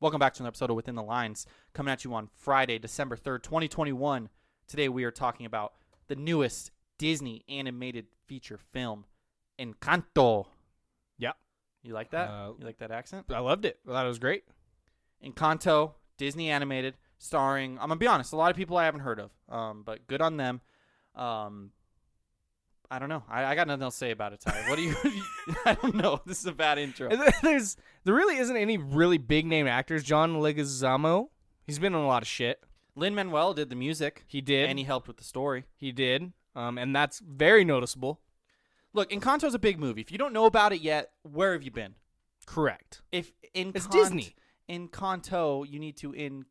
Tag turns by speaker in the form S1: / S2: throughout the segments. S1: Welcome back to an episode of Within the Lines, coming at you on Friday, December 3rd, 2021. Today we are talking about the newest Disney animated feature film, Encanto.
S2: Yep.
S1: You like that?
S2: Uh,
S1: you like that accent?
S2: I loved it. I thought it was great.
S1: Encanto, Disney animated, starring, I'm going to be honest, a lot of people I haven't heard of, um, but good on them. Um, I don't know. I, I got nothing else to say about it, Ty. What do you? I don't know. This is a bad intro.
S2: And There's there really isn't any really big name actors. John Leguizamo, he's been in a lot of shit.
S1: Lin Manuel did the music.
S2: He did.
S1: and he helped with the story.
S2: He did, um, and that's very noticeable.
S1: Look, Encanto's a big movie. If you don't know about it yet, where have you been?
S2: Correct.
S1: If in
S2: It's Disney.
S1: Encanto, you need to in.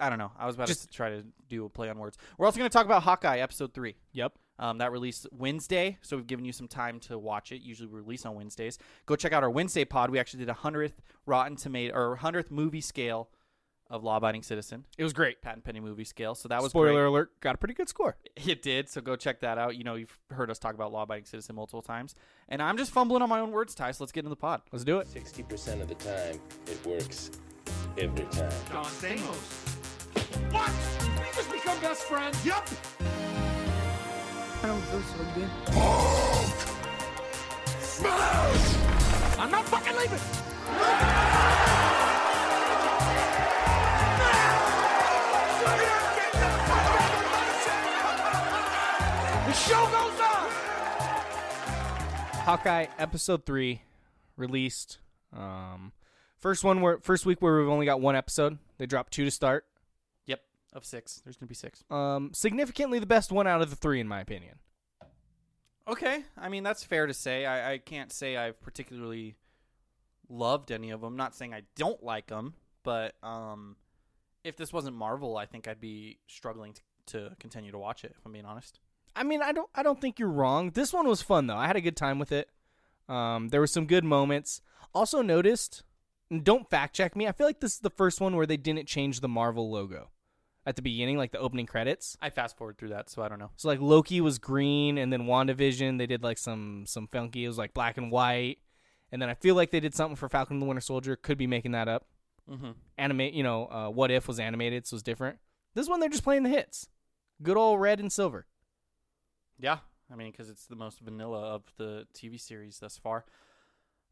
S1: I don't know. I was about
S2: Just-
S1: to try to do a play on words. We're also going to talk about Hawkeye episode three.
S2: Yep.
S1: Um, that released Wednesday, so we've given you some time to watch it. Usually, we release on Wednesdays. Go check out our Wednesday pod. We actually did a hundredth Rotten Tomato or hundredth movie scale of Law Abiding Citizen,
S2: It was great.
S1: patent pending movie scale. So that was
S2: spoiler
S1: great.
S2: alert. Got a pretty good score.
S1: It did. So go check that out. You know, you've heard us talk about law abiding citizen multiple times. And I'm just fumbling on my own words, Ty. So let's get into the pod.
S2: Let's do it.
S3: 60% of the time, it works every time.
S4: Don Stamos. What? We just become best friends? Yup. I don't feel so good. Smash! I'm not fucking leaving. The show goes on.
S2: Hawkeye episode three released. Um, first one where first week where we've only got one episode. They dropped two to start.
S1: Yep. Of six. There's going to be six.
S2: Um, significantly the best one out of the three in my opinion.
S1: Okay. I mean, that's fair to say. I, I can't say I've particularly loved any of them. Not saying I don't like them, but um, if this wasn't Marvel, I think I'd be struggling to, to continue to watch it, if I'm being honest.
S2: I mean, I don't I don't think you're wrong. This one was fun though. I had a good time with it. Um, there were some good moments. Also noticed, and don't fact check me. I feel like this is the first one where they didn't change the Marvel logo at the beginning, like the opening credits.
S1: I fast forward through that, so I don't know.
S2: So like Loki was green, and then WandaVision they did like some some funky. It was like black and white, and then I feel like they did something for Falcon and the Winter Soldier. Could be making that up.
S1: Mm-hmm.
S2: Animate, you know, uh, what if was animated, so it's different. This one they're just playing the hits. Good old red and silver.
S1: Yeah, I mean, because it's the most vanilla of the TV series thus far.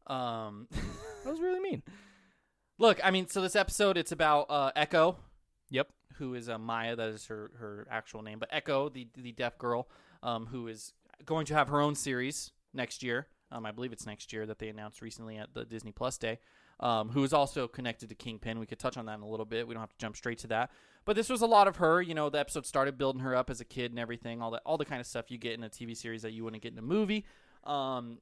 S1: Um,
S2: That was really mean.
S1: look, I mean, so this episode it's about uh, Echo,
S2: Yep.
S1: who is uh, Maya. That is her her actual name, but Echo, the the deaf girl, um, who is going to have her own series next year. Um, I believe it's next year that they announced recently at the Disney Plus Day. Um, who is also connected to Kingpin. We could touch on that in a little bit. We don't have to jump straight to that. But this was a lot of her. You know, the episode started building her up as a kid and everything. All that, all the kind of stuff you get in a TV series that you wouldn't get in a movie. Um,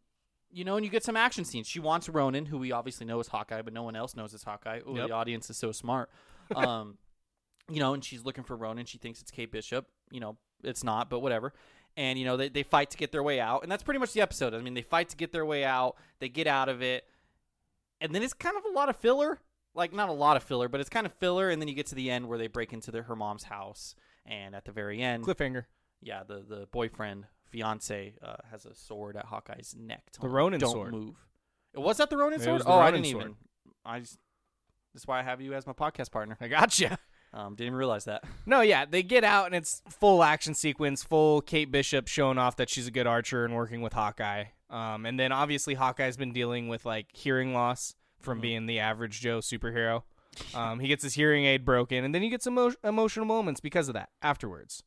S1: you know, and you get some action scenes. She wants Ronan, who we obviously know is Hawkeye, but no one else knows is Hawkeye. Oh,
S2: Yep.
S1: the audience is so smart. Um, you know, and she's looking for Ronan. She thinks it's Kate Bishop. You know, it's not, but whatever. And you know, they they fight to get their way out, and that's pretty much the episode. I mean, they fight to get their way out. They get out of it, and then it's kind of a lot of filler. Like not a lot of filler, but it's kind of filler, and then you get to the end where they break into their her mom's house, and at the very end,
S2: Cliffhanger.
S1: yeah, the the boyfriend fiance uh, has a sword at Hawkeye's neck.
S2: The
S1: him,
S2: Ronin
S1: Don't
S2: sword.
S1: move. Was that the Ronin
S2: It
S1: sword?
S2: was the
S1: oh, I
S2: Ronin
S1: didn't
S2: sword.
S1: even. I just, that's why I have you as my podcast partner.
S2: I gotcha.
S1: Um, didn't even realize that.
S2: No, yeah, they get out and it's full action sequence, full Kate Bishop showing off that she's a good archer and working with Hawkeye. Um, and then obviously Hawkeye's been dealing with like hearing loss from being the average Joe superhero. Um, he gets his hearing aid broken, and then you get some emo- emotional moments because of that afterwards.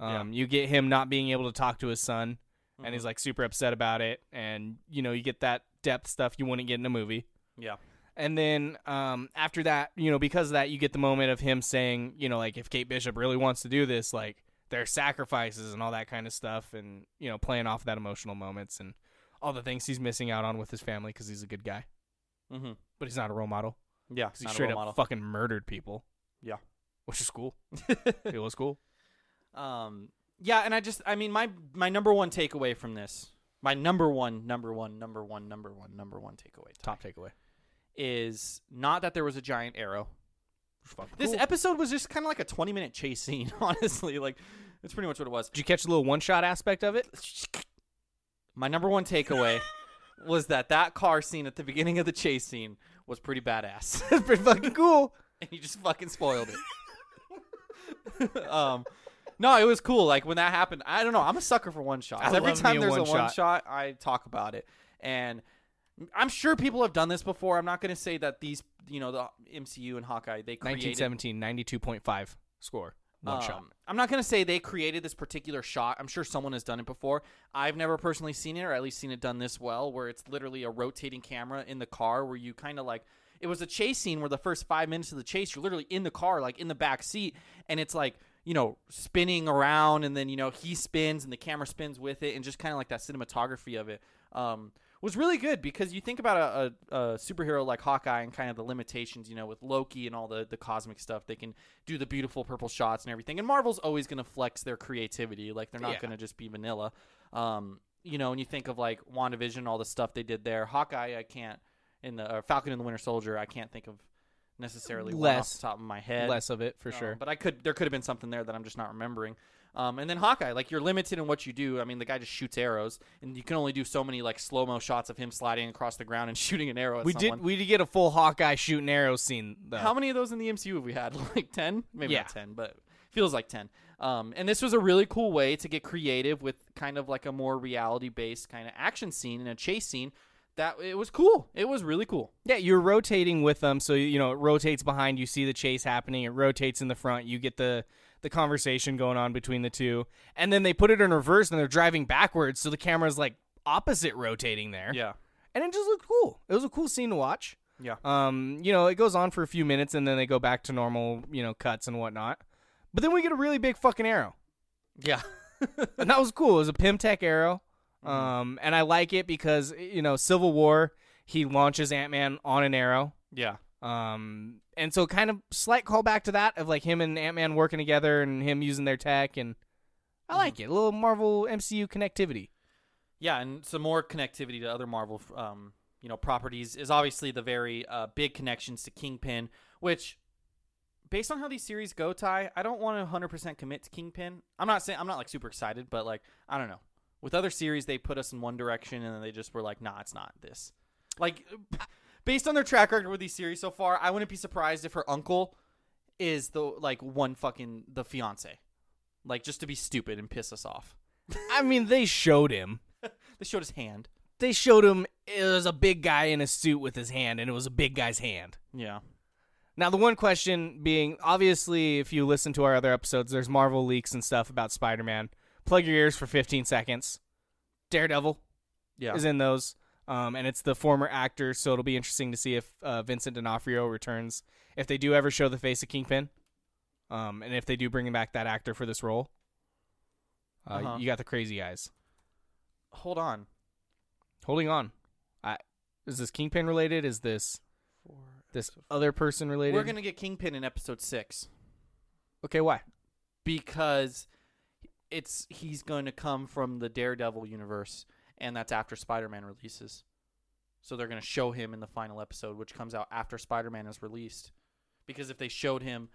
S2: Um, You get him not being able to talk to his son, and he's like super upset about it. And you know, you get that depth stuff you wouldn't get in a movie.
S1: Yeah.
S2: And then um, after that, you know, because of that, you get the moment of him saying, you know, like if Kate Bishop really wants to do this, like their sacrifices and all that kind of stuff, and you know, playing off that emotional moments and all the things he's missing out on with his family because he's a good guy,
S1: Mm-hmm.
S2: but he's not a role model
S1: Yeah.
S2: 'cause he
S1: not a
S2: straight
S1: role
S2: up
S1: model.
S2: fucking murdered people,
S1: Yeah.
S2: which is cool. it was cool.
S1: Um, yeah, and I just, I mean, my my number one takeaway from this, my number one, number one, number one, number one, number one takeaway Ty,
S2: Top takeaway.
S1: is not that there was a giant arrow.
S2: Fucking
S1: This
S2: cool.
S1: episode was just kind of like a twenty minute chase scene. Honestly, like that's pretty much what it was.
S2: Did you catch the little one shot aspect of it?
S1: My number one takeaway was that that car scene at the beginning of the chase scene was pretty badass.
S2: Pretty fucking cool.
S1: and you just fucking spoiled it. um, no, it was cool. Like when that happened, I don't know. I'm a sucker for one shots.
S2: I
S1: Every
S2: love me
S1: time
S2: a
S1: there's a
S2: one-shot.
S1: one shot, I talk about it, and I'm sure people have done this before. I'm not going to say that these, you know, the MCU and Hawkeye they created
S2: 1917, 92.5 score. One shot.
S1: um, I'm not gonna say they created this particular shot. I'm sure someone has done it before. I've never personally seen it, or at least seen it done this well, where it's literally a rotating camera in the car, where you kind of like it was a chase scene where the first five minutes of the chase, you're literally in the car, like in the back seat, and it's like you know spinning around, and then you know he spins and the camera spins with it, and just kind of like that cinematography of it. Um, was really good because you think about a, a, a superhero like Hawkeye and kind of the limitations, you know, with Loki and all the, the cosmic stuff. They can do the beautiful purple shots and everything. And Marvel's always going to flex their creativity. Like, they're not
S2: Yeah.
S1: going to just be vanilla. Um, you know, and you think of like WandaVision, all the stuff they did there. Hawkeye, I can't, in the or Falcon and the Winter Soldier, I can't think of necessarily one off
S2: Less.
S1: the top of my head.
S2: Less of it for
S1: Um,
S2: sure.
S1: But I could there could have been something there that I'm just not remembering. Um, and then Hawkeye, like you're limited in what you do. I mean, the guy just shoots arrows, and you can only do so many like slow mo shots of him sliding across the ground and shooting an arrow at
S2: we
S1: someone.
S2: did we did get a full Hawkeye shooting arrow scene though.
S1: How many of those in the MCU have we had? Like ten, maybe
S2: Yeah.
S1: not ten, but feels like ten. Um, and this was a really cool way to get creative with kind of like a more reality based kind of action scene and a chase scene. That it was cool. It was really cool.
S2: Yeah, you're rotating with them, so you know it rotates behind. You see the chase happening. It rotates in the front. You get the the conversation going on between the two, and then they put it in reverse and they're driving backwards, so the camera's like opposite rotating there. and it just looked cool. It was a cool scene to watch.
S1: Yeah.
S2: Um, you know, it goes on for a few minutes and then they go back to normal, you know, cuts and whatnot. But then we get a really big fucking arrow
S1: yeah.
S2: and that was cool. It was a Pimtech arrow, um, and I like it because you know Civil War he launches Ant Man on an arrow,
S1: Yeah.
S2: um, and so kind of slight callback to that of like him and Ant Man working together and him using their tech, and I like it. A little Marvel MCU connectivity.
S1: Yeah, and some more connectivity to other Marvel, um, you know, properties is obviously the very uh, big connections to Kingpin, which, based on how these series go, Ty, I don't want to 100% commit to Kingpin. I'm not saying I'm not like super excited, but like I don't know. With other series, they put us in one direction, and then they just were like, "Nah, it's not this." Like, based on their track record with these series so far, I wouldn't be surprised if her uncle is the like one fucking the fiance, like just to be stupid and piss us off.
S2: I mean, they showed him.
S1: They showed his hand.
S2: They showed him it was a big guy in a suit with his hand, and it was a big guy's hand.
S1: Yeah.
S2: Now, the one question being obviously, if you listen to our other episodes, there's Marvel leaks and stuff about Spider Man. Plug your ears for 15 seconds. Daredevil
S1: Yeah.
S2: is in those, um, and it's the former actor, so it'll be interesting to see if uh, Vincent D'Onofrio returns. If they do ever show the face of Kingpin, um, and if they do bring back that actor for this role, uh,
S1: Uh-huh.
S2: you got the crazy eyes.
S1: hold on.
S2: Holding on. I, is this Kingpin related? Is this this other person related?
S1: We're gonna get Kingpin in episode six
S2: okay, why?
S1: because it's he's going to come from the Daredevil universe, and that's after Spider-Man releases. So they're gonna show him in the final episode, which comes out after Spider-Man is released, because if they showed him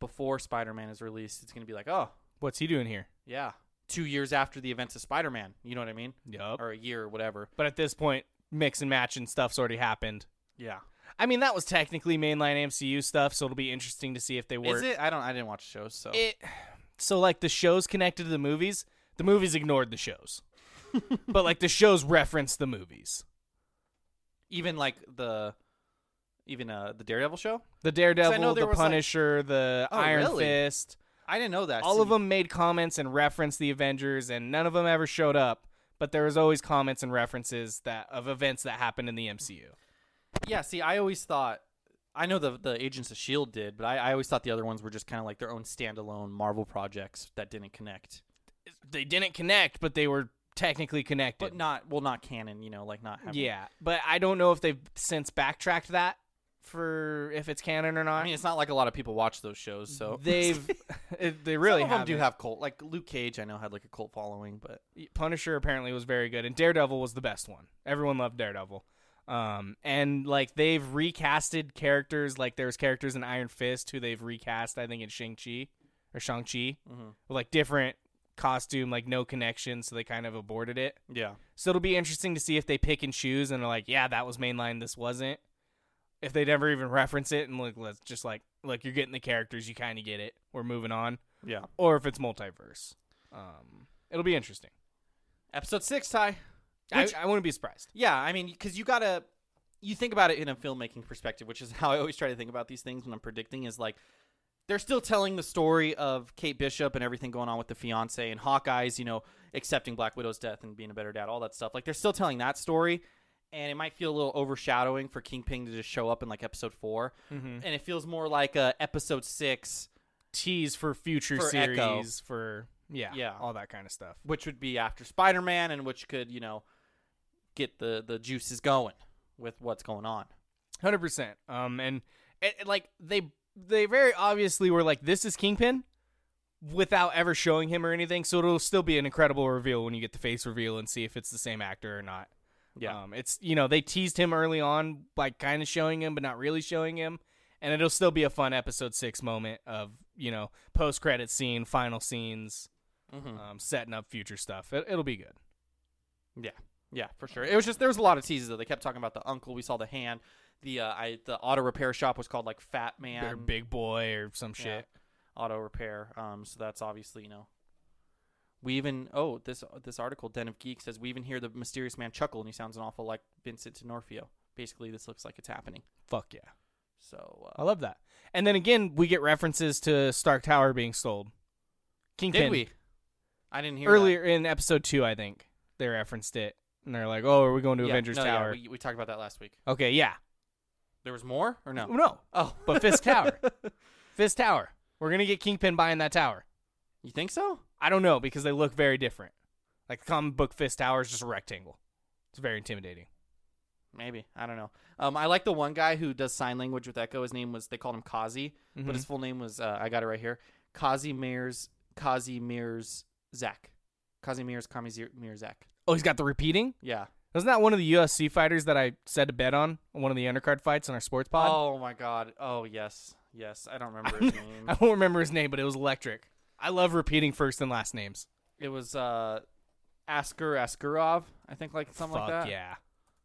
S1: before Spider Man is released, it's going to be like, oh,
S2: What's he doing here?
S1: yeah, two years after the events of Spider Man. You know what I mean?
S2: Yup.
S1: Or a year or whatever.
S2: But at this point, mix and match and stuff's already happened.
S1: Yeah.
S2: I mean, that was technically mainline MCU stuff, so it'll be interesting to see if they work.
S1: Is it? I don't. I didn't watch shows, so
S2: It so like the shows connected to the movies. The movies ignored the shows, but like the shows referenced the movies.
S1: even like the even uh the Daredevil show.
S2: The
S1: I know
S2: Daredevil,
S1: there was,
S2: the
S1: like-
S2: Punisher, the
S1: Oh,
S2: Iron
S1: really?
S2: Fist.
S1: I didn't know that.
S2: All of
S1: See,
S2: them made comments and referenced the Avengers, and none of them ever showed up. But there was always comments and references that of events that happened in the MCU.
S1: Yeah. See, I always thought. I know the the Agents of Shield did, but I, I always thought the other ones were just kind of like their own standalone Marvel projects that didn't connect,
S2: They didn't connect, but they were technically connected.
S1: but not well, not canon. You know, like not having,
S2: yeah, but I don't know if they've since backtracked that for if it's canon or not.
S1: I mean, it's not like a lot of people watch those shows, so
S2: they've it- they really
S1: Some of them do
S2: haven't.
S1: have cult. Like Luke Cage, I know had like a cult following, but
S2: Punisher apparently was very good, and Daredevil was the best one. Everyone loved Daredevil. Um, and like they've recasted characters, like there's characters in Iron Fist who they've recast, I think in Shang Chi or Shang Chi, with like different costume, like no connection, so they kind of aborted it.
S1: yeah,
S2: So it'll be interesting to see if they pick and choose, and they're like, yeah, that was mainline, this wasn't. If they never even reference it, and like let's just like look, you're getting the characters, you kind of get it. We're moving on,
S1: yeah.
S2: or if it's multiverse, um, it'll be interesting.
S1: Episode six, Ty. Which-
S2: I, I wouldn't be surprised.
S1: Yeah, I mean, because you gotta, you think about it in a filmmaking perspective, which is how I always try to think about these things when I'm predicting. Is like they're still telling the story of Kate Bishop and everything going on with the fiance and Hawkeye's, you know, accepting Black Widow's death and being a better dad, all that stuff. Like they're still telling that story, and it might feel a little overshadowing for Kingpin to just show up in like episode 4 and it feels more like uh, episode six.
S2: Tease for future
S1: For
S2: series
S1: Echo.
S2: for yeah,
S1: Yeah.
S2: all that kind of stuff.
S1: which would be after Spider-Man and which could, you know, get the the juices going with what's going on.
S2: Hundred percent. Um, and it, it, like they they very obviously were like, this is Kingpin, without ever showing him or anything. So it'll still be an incredible reveal when you get the face reveal and see if it's the same actor or not.
S1: Yeah.
S2: Um, it's you know they teased him early on, like kind of showing him, but not really showing him. And it'll still be a fun episode six moment of you know post credit scene, final scenes,
S1: Mm-hmm.
S2: um, setting up future stuff. It, it'll be good.
S1: Yeah. Yeah, for sure. It was just there was a lot of teases though. They kept talking about the uncle, we saw the hand, the uh, I the auto repair shop was called like Fat Man
S2: or big boy or some
S1: yeah,
S2: shit.
S1: Auto repair. Um so that's obviously, you know. We even oh, this this article Den of Geek says we even hear the mysterious man chuckle and he sounds an awful like Vincent D'Onofrio. Basically, this looks like it's happening.
S2: Fuck yeah.
S1: So,
S2: I
S1: uh,
S2: love that. And then again, we get references to Stark Tower being sold. Kingpin.
S1: did we? I didn't hear that.
S2: Earlier in episode two, I think they referenced it, and they're like, "Oh, are we going to
S1: Yeah,
S2: Avengers
S1: no, yeah,
S2: Tower?"
S1: we, we talked about that last week.
S2: Okay, yeah.
S1: There was more or no?
S2: No,
S1: Oh,
S2: but Fisk Tower, Fisk Tower. We're gonna get Kingpin buying that tower.
S1: you think so?
S2: I don't know because they look very different. Like the comic book Fisk Tower is just a rectangle. It's very intimidating.
S1: Maybe I don't know. Um, I like the one guy who does sign language with Echo. His name was they called him Kazi,
S2: Mm-hmm.
S1: but his full name was uh, I got it right here. Kazi Mears Kazi Mears Zach. Kazi Mears Kazi Mears Zach.
S2: Oh, he's got the repeating.
S1: Yeah.
S2: Wasn't that one of the UFC fighters that I said to bet on? One of the undercard fights on our sports pod.
S1: Oh my God. Oh yes, yes. I don't remember his
S2: I
S1: name.
S2: don't remember his name, but it was electric. I love repeating first and last names.
S1: It was uh, Asker Askarov. I think like something
S2: Fuck
S1: like that.
S2: yeah.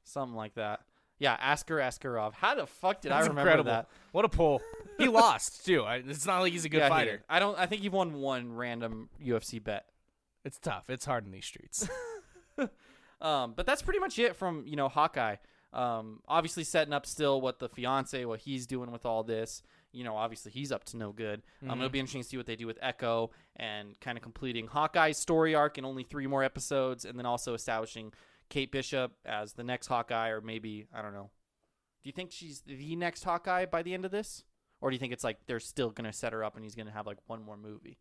S1: Something like that. Yeah, Asker Askarov. How the fuck did I remember that?
S2: What a pull. He lost, too. I, it's not like he's a good
S1: Yeah, he
S2: fighter.
S1: did. I don't. I think he won one random UFC bet.
S2: It's tough. It's hard in these streets.
S1: Um, but that's pretty much it from you know Hawkeye. Um, obviously setting up still what the fiance, what he's doing with all this. You know, obviously he's up to no good. Um, it'll be interesting to see what they do with Echo and kind of completing Hawkeye's story arc in only three more episodes, and then also establishing Kate Bishop as the next Hawkeye, or maybe I don't know. Do you think she's the next Hawkeye by the end of this, or do you think it's like they're still gonna set her up and he's gonna have like one more movie?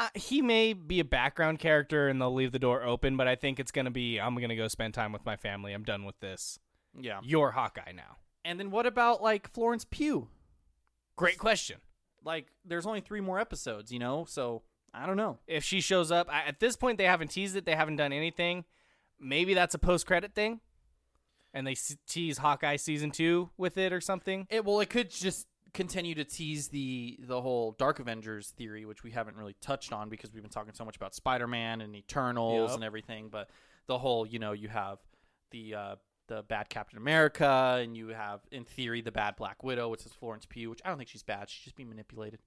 S2: uh, he may be a background character and they'll leave the door open, but I think it's going to be I'm going to go spend time with my family. I'm done with this.
S1: Yeah.
S2: You're Hawkeye now.
S1: And then what about like Florence Pugh?
S2: Great question.
S1: Like, there's only three more episodes, you know? So I don't know.
S2: If she shows up, I, at this point, they haven't teased it, they haven't done anything. Maybe that's a post credit thing. And they s- tease Hawkeye season two with it or something.
S1: It well, it could just continue to tease the the whole Dark Avengers theory, which we haven't really touched on because we've been talking so much about Spider Man and Eternals
S2: Yep.
S1: and everything. But the whole, you know, you have the uh, the bad Captain America, and you have, in theory, the bad Black Widow, which is Florence Pugh, which I don't think she's bad. She's just being manipulated.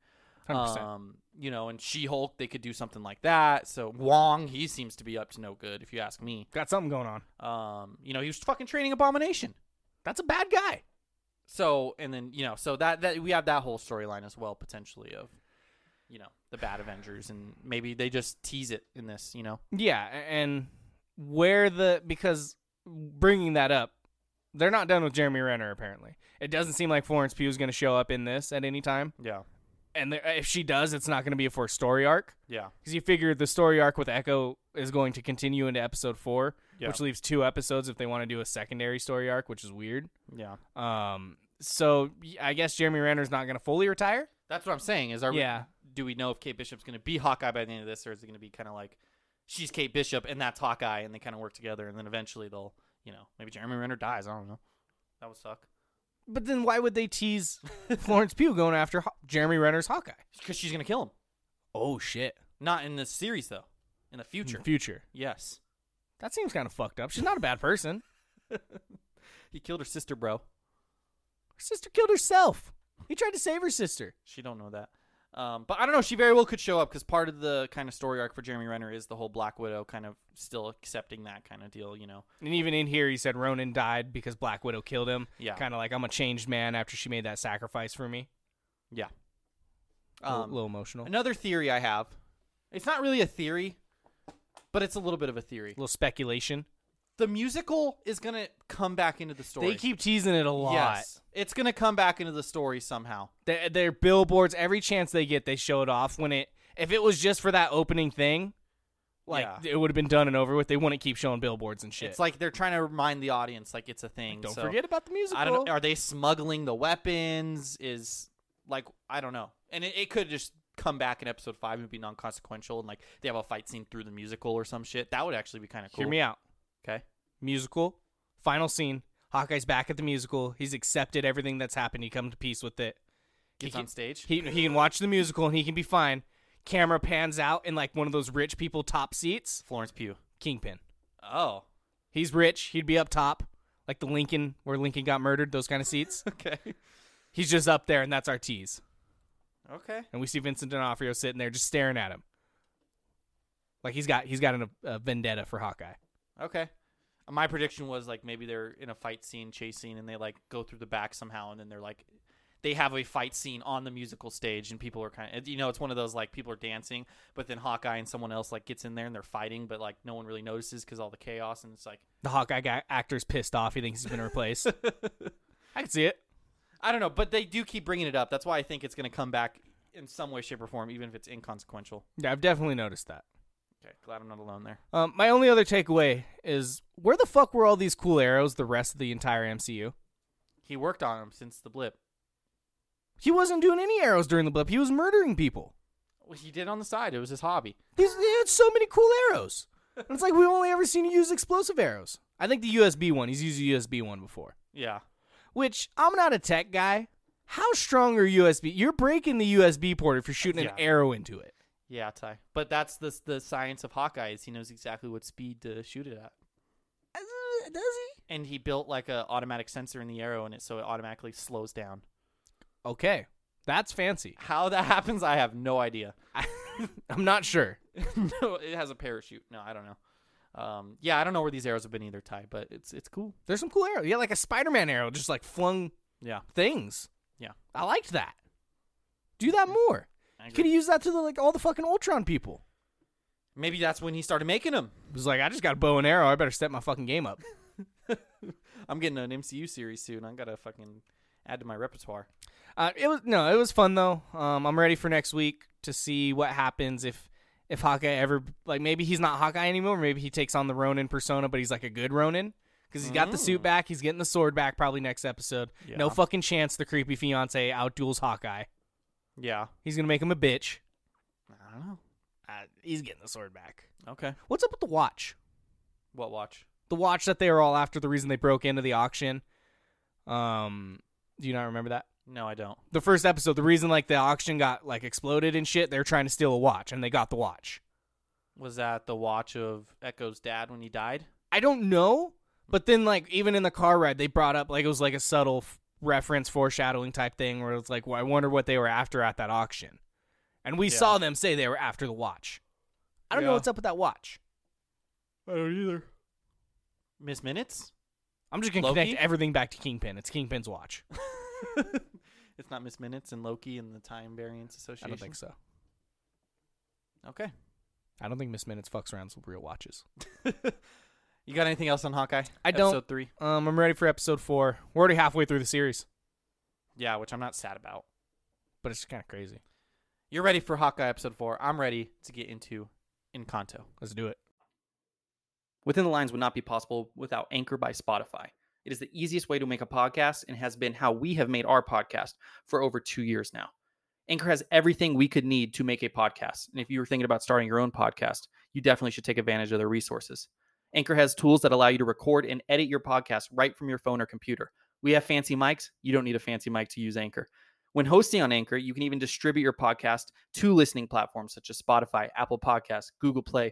S2: 100%.
S1: Um, you know, and She Hulk, they could do something like that. So Wong, he seems to be up to no good, if you ask me.
S2: Got something going on.
S1: Um, you know, he was fucking training Abomination.
S2: That's a bad guy.
S1: So and then you know, so that that we have that whole storyline as well potentially of, you know, the Bad Avengers and maybe they just tease it in this, you know.
S2: Yeah, a- and where the because bringing that up, they're not done with Jeremy Renner apparently. It doesn't seem like Florence Pugh is going to show up in this at any time,
S1: Yeah,
S2: and there, if she does, it's not going to be a for story arc
S1: yeah,
S2: because you figure the story arc with Echo is going to continue into episode four,
S1: Yeah.
S2: which leaves two episodes if they want to do a secondary story arc, which is weird.
S1: yeah.
S2: Um, so y- I guess Jeremy Renner's not going to fully retire.
S1: That's what I'm saying. Is are we-
S2: Yeah.
S1: do we know if Kate Bishop's going to be Hawkeye by the end of this, or is it going to be kind of like she's Kate Bishop and that's Hawkeye, and they kind of work together, and then eventually they'll, you know, maybe Jeremy Renner dies. I don't know. That would suck.
S2: But then why would they tease Florence Pugh going after Haw- Jeremy Renner's Hawkeye?
S1: Because she's going to kill him.
S2: Oh shit!
S1: Not in this series though. In the future.
S2: Mm, Future.
S1: yes.
S2: That seems kind of fucked up. She's not a bad person.
S1: He killed her sister, bro.
S2: Her sister killed herself. He tried to save her sister.
S1: She don't know that. Um, but I don't know. She very well could show up because part of the kind of story arc for Jeremy Renner is the whole Black Widow kind of still accepting that kind of deal, you know.
S2: And even in here, he said Ronan died because Black Widow killed him.
S1: Yeah.
S2: Kind of like I'm a changed man after she made that sacrifice for me.
S1: Yeah.
S2: A
S1: Um,
S2: little emotional. A
S1: another theory I have. It's not really a theory, but it's a little bit of a theory.
S2: little speculation.
S1: The musical is gonna come back into the story.
S2: They keep teasing it a lot.
S1: Yes, it's gonna come back into the story somehow.
S2: Their, their billboards, every chance they get, they show it off. When it, if it was just for that opening thing, like
S1: Yeah.
S2: it would have been done and over with. They wouldn't keep showing billboards and shit.
S1: It's like they're trying to remind the audience like it's a thing.
S2: don't
S1: so-
S2: forget about the musical.
S1: I don't know. Are they smuggling the weapons? Is like I don't know. And it, it could just come back in episode five and be non consequential, and like they have a fight scene through the musical or some shit. That would actually be kind of cool.
S2: Hear me out.
S1: Okay.
S2: musical final scene hawkeye's back at the musical he's accepted everything that's happened he come to peace with it He
S1: Gets
S2: can-
S1: on stage.
S2: he, he can watch the musical and he can be fine camera pans out in like one of those rich people top seats
S1: Florence Pugh.
S2: kingpin
S1: Oh.
S2: he's rich he'd be up top like the lincoln where lincoln got murdered those kind of seats
S1: Okay.
S2: he's just up there and that's our tease
S1: Okay.
S2: and we see vincent d'onofrio sitting there just staring at him like he's got he's got an, a vendetta for hawkeye
S1: Okay. My prediction was like maybe they're in a fight scene, chase scene, and they like go through the back somehow, and then they're like, they have a fight scene on the musical stage, and people are kind of, you know, it's one of those like people are dancing, but then Hawkeye and someone else like gets in there and they're fighting, but like no one really notices because all the chaos, and it's like,
S2: the hawkeye guy actor's pissed off he thinks he's been replaced i can see it
S1: I don't know, but they do keep bringing it up. That's why I think it's going to come back in some way, shape, or form, even if it's inconsequential.
S2: Yeah, I've definitely noticed that.
S1: Okay, glad I'm not alone there.
S2: Um, my only other takeaway is where the fuck were all these cool arrows the rest of the entire MCU?
S1: He worked on him since the blip.
S2: He wasn't doing any arrows during the blip. He was murdering people.
S1: Well, He did on the side. It was his hobby.
S2: These they had so many cool arrows. And it's like we've only ever seen you use explosive arrows. I think the USB one. He's used a USB one before.
S1: Yeah.
S2: Which I'm not a tech guy. How strong are USB? You're breaking the USB port if you're shooting
S1: Yeah.
S2: an arrow into it.
S1: Yeah, Ty. But that's the the science of Hawkeye is he knows exactly what speed to shoot it at,
S2: Does he?
S1: and he built like a automatic sensor in the arrow in it, so it automatically slows down.
S2: Okay, that's fancy.
S1: How that happens, I have no idea.
S2: I'm not sure.
S1: no, it has a parachute. No, I don't know. Um, yeah, I don't know where these arrows have been either, Ty. But it's it's cool.
S2: There's some cool arrows. Yeah, like a Spider-Man arrow, just like flung
S1: Yeah,
S2: things.
S1: yeah.
S2: I liked that. Do that more.
S1: I
S2: You
S1: agree.
S2: could have used that to the, like all the fucking Ultron people.
S1: Maybe that's when he started making them.
S2: It was like, I just got a bow and arrow. I better step my fucking game up.
S1: I'm getting an MCU series soon. I gotta fucking add to my repertoire.
S2: Uh, it was no, it was fun though. Um, I'm ready for next week to see what happens if if Hawkeye ever like maybe he's not Hawkeye anymore. Maybe he takes on the Ronin persona, but he's like a good Ronin because he's got the suit back. He's getting the sword back probably next episode. No
S1: Mm. Yeah.
S2: fucking chance. The creepy fiance outduels Hawkeye.
S1: Yeah,
S2: He's gonna make him a bitch.
S1: I don't know.
S2: Uh, he's getting the sword back.
S1: Okay,
S2: What's up with the watch?
S1: what watch?
S2: the watch that they were all after the reason they broke into the auction um do you not remember that
S1: No, I don't.
S2: The first episode, the reason like the auction got like exploded and shit, they were trying to steal a watch and they got the watch.
S1: Was that the watch of Echo's dad when he died?
S2: I don't know, but then like even in the car ride, they brought up like it was like a subtle f- reference foreshadowing type thing where it's like, well, I wonder what they were after at that auction, and we
S1: Yeah.
S2: saw them say they were after the watch. I don't know
S1: Yeah.
S2: what's up with that watch.
S1: I don't either. Miss Minutes?
S2: I'm just gonna
S1: Loki?
S2: connect everything back to Kingpin. It's Kingpin's watch.
S1: it's not Miss Minutes and Loki and the Time Variance Association.
S2: I don't think so.
S1: Okay.
S2: I don't think Miss Minutes fucks around with real watches.
S1: You got anything else on Hawkeye?
S2: I don't.
S1: Episode three.
S2: Um, I'm ready for episode four. We're already halfway through the series,
S1: Yeah, which I'm not sad about.
S2: but it's kind of crazy.
S1: You're ready for Hawkeye episode four. I'm ready to get into Encanto.
S2: Let's do it.
S5: Within the Lines would not be possible without Anchor by Spotify. It is the easiest way to make a podcast and has been how we have made our podcast for over two years now. Anchor has everything we could need to make a podcast. And if you were thinking about starting your own podcast, you definitely should take advantage of their resources. Anchor has tools that allow you to record and edit your podcast right from your phone or computer. We have fancy mics. You don't need a fancy mic to use Anchor. When hosting on Anchor, you can even distribute your podcast to listening platforms such as Spotify, Apple Podcasts, Google Play,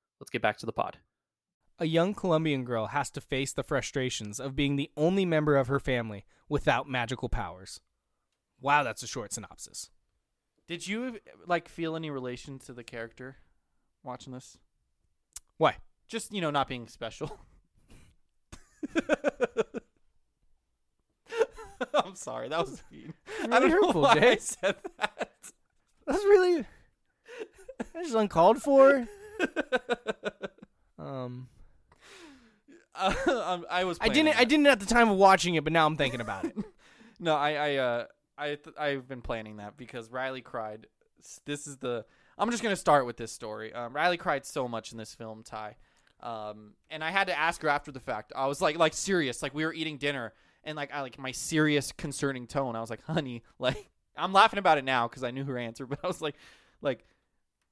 S5: Let's get back to the pod.
S2: A young Colombian girl has to face the frustrations of being the only member of her family without magical powers. Wow, that's a short synopsis.
S1: Did you like feel any relation to the character watching this?
S2: Why?
S1: Just you know, not being special. I'm sorry, that was mean. I
S2: really
S1: don't know
S2: hurtful,
S1: why I
S2: Jay.
S1: said that.
S2: That's really that's just uncalled for. um,
S1: Uh, I'm- I was.
S2: I
S1: planning
S2: didn't. I
S1: that.
S2: didn't at the time of watching it, but now I'm thinking about it.
S1: No, I, I, uh, I, th- I've been planning that because Riley cried. S- This is the. I'm just gonna start with this story. Um, Riley cried so much in this film, Ty. Um, and I had to ask her after the fact. I was like, like serious. Like we were eating dinner, and like I like my serious concerning tone. I was like, honey, like I'm laughing about it now because I knew her answer, but I was like, like,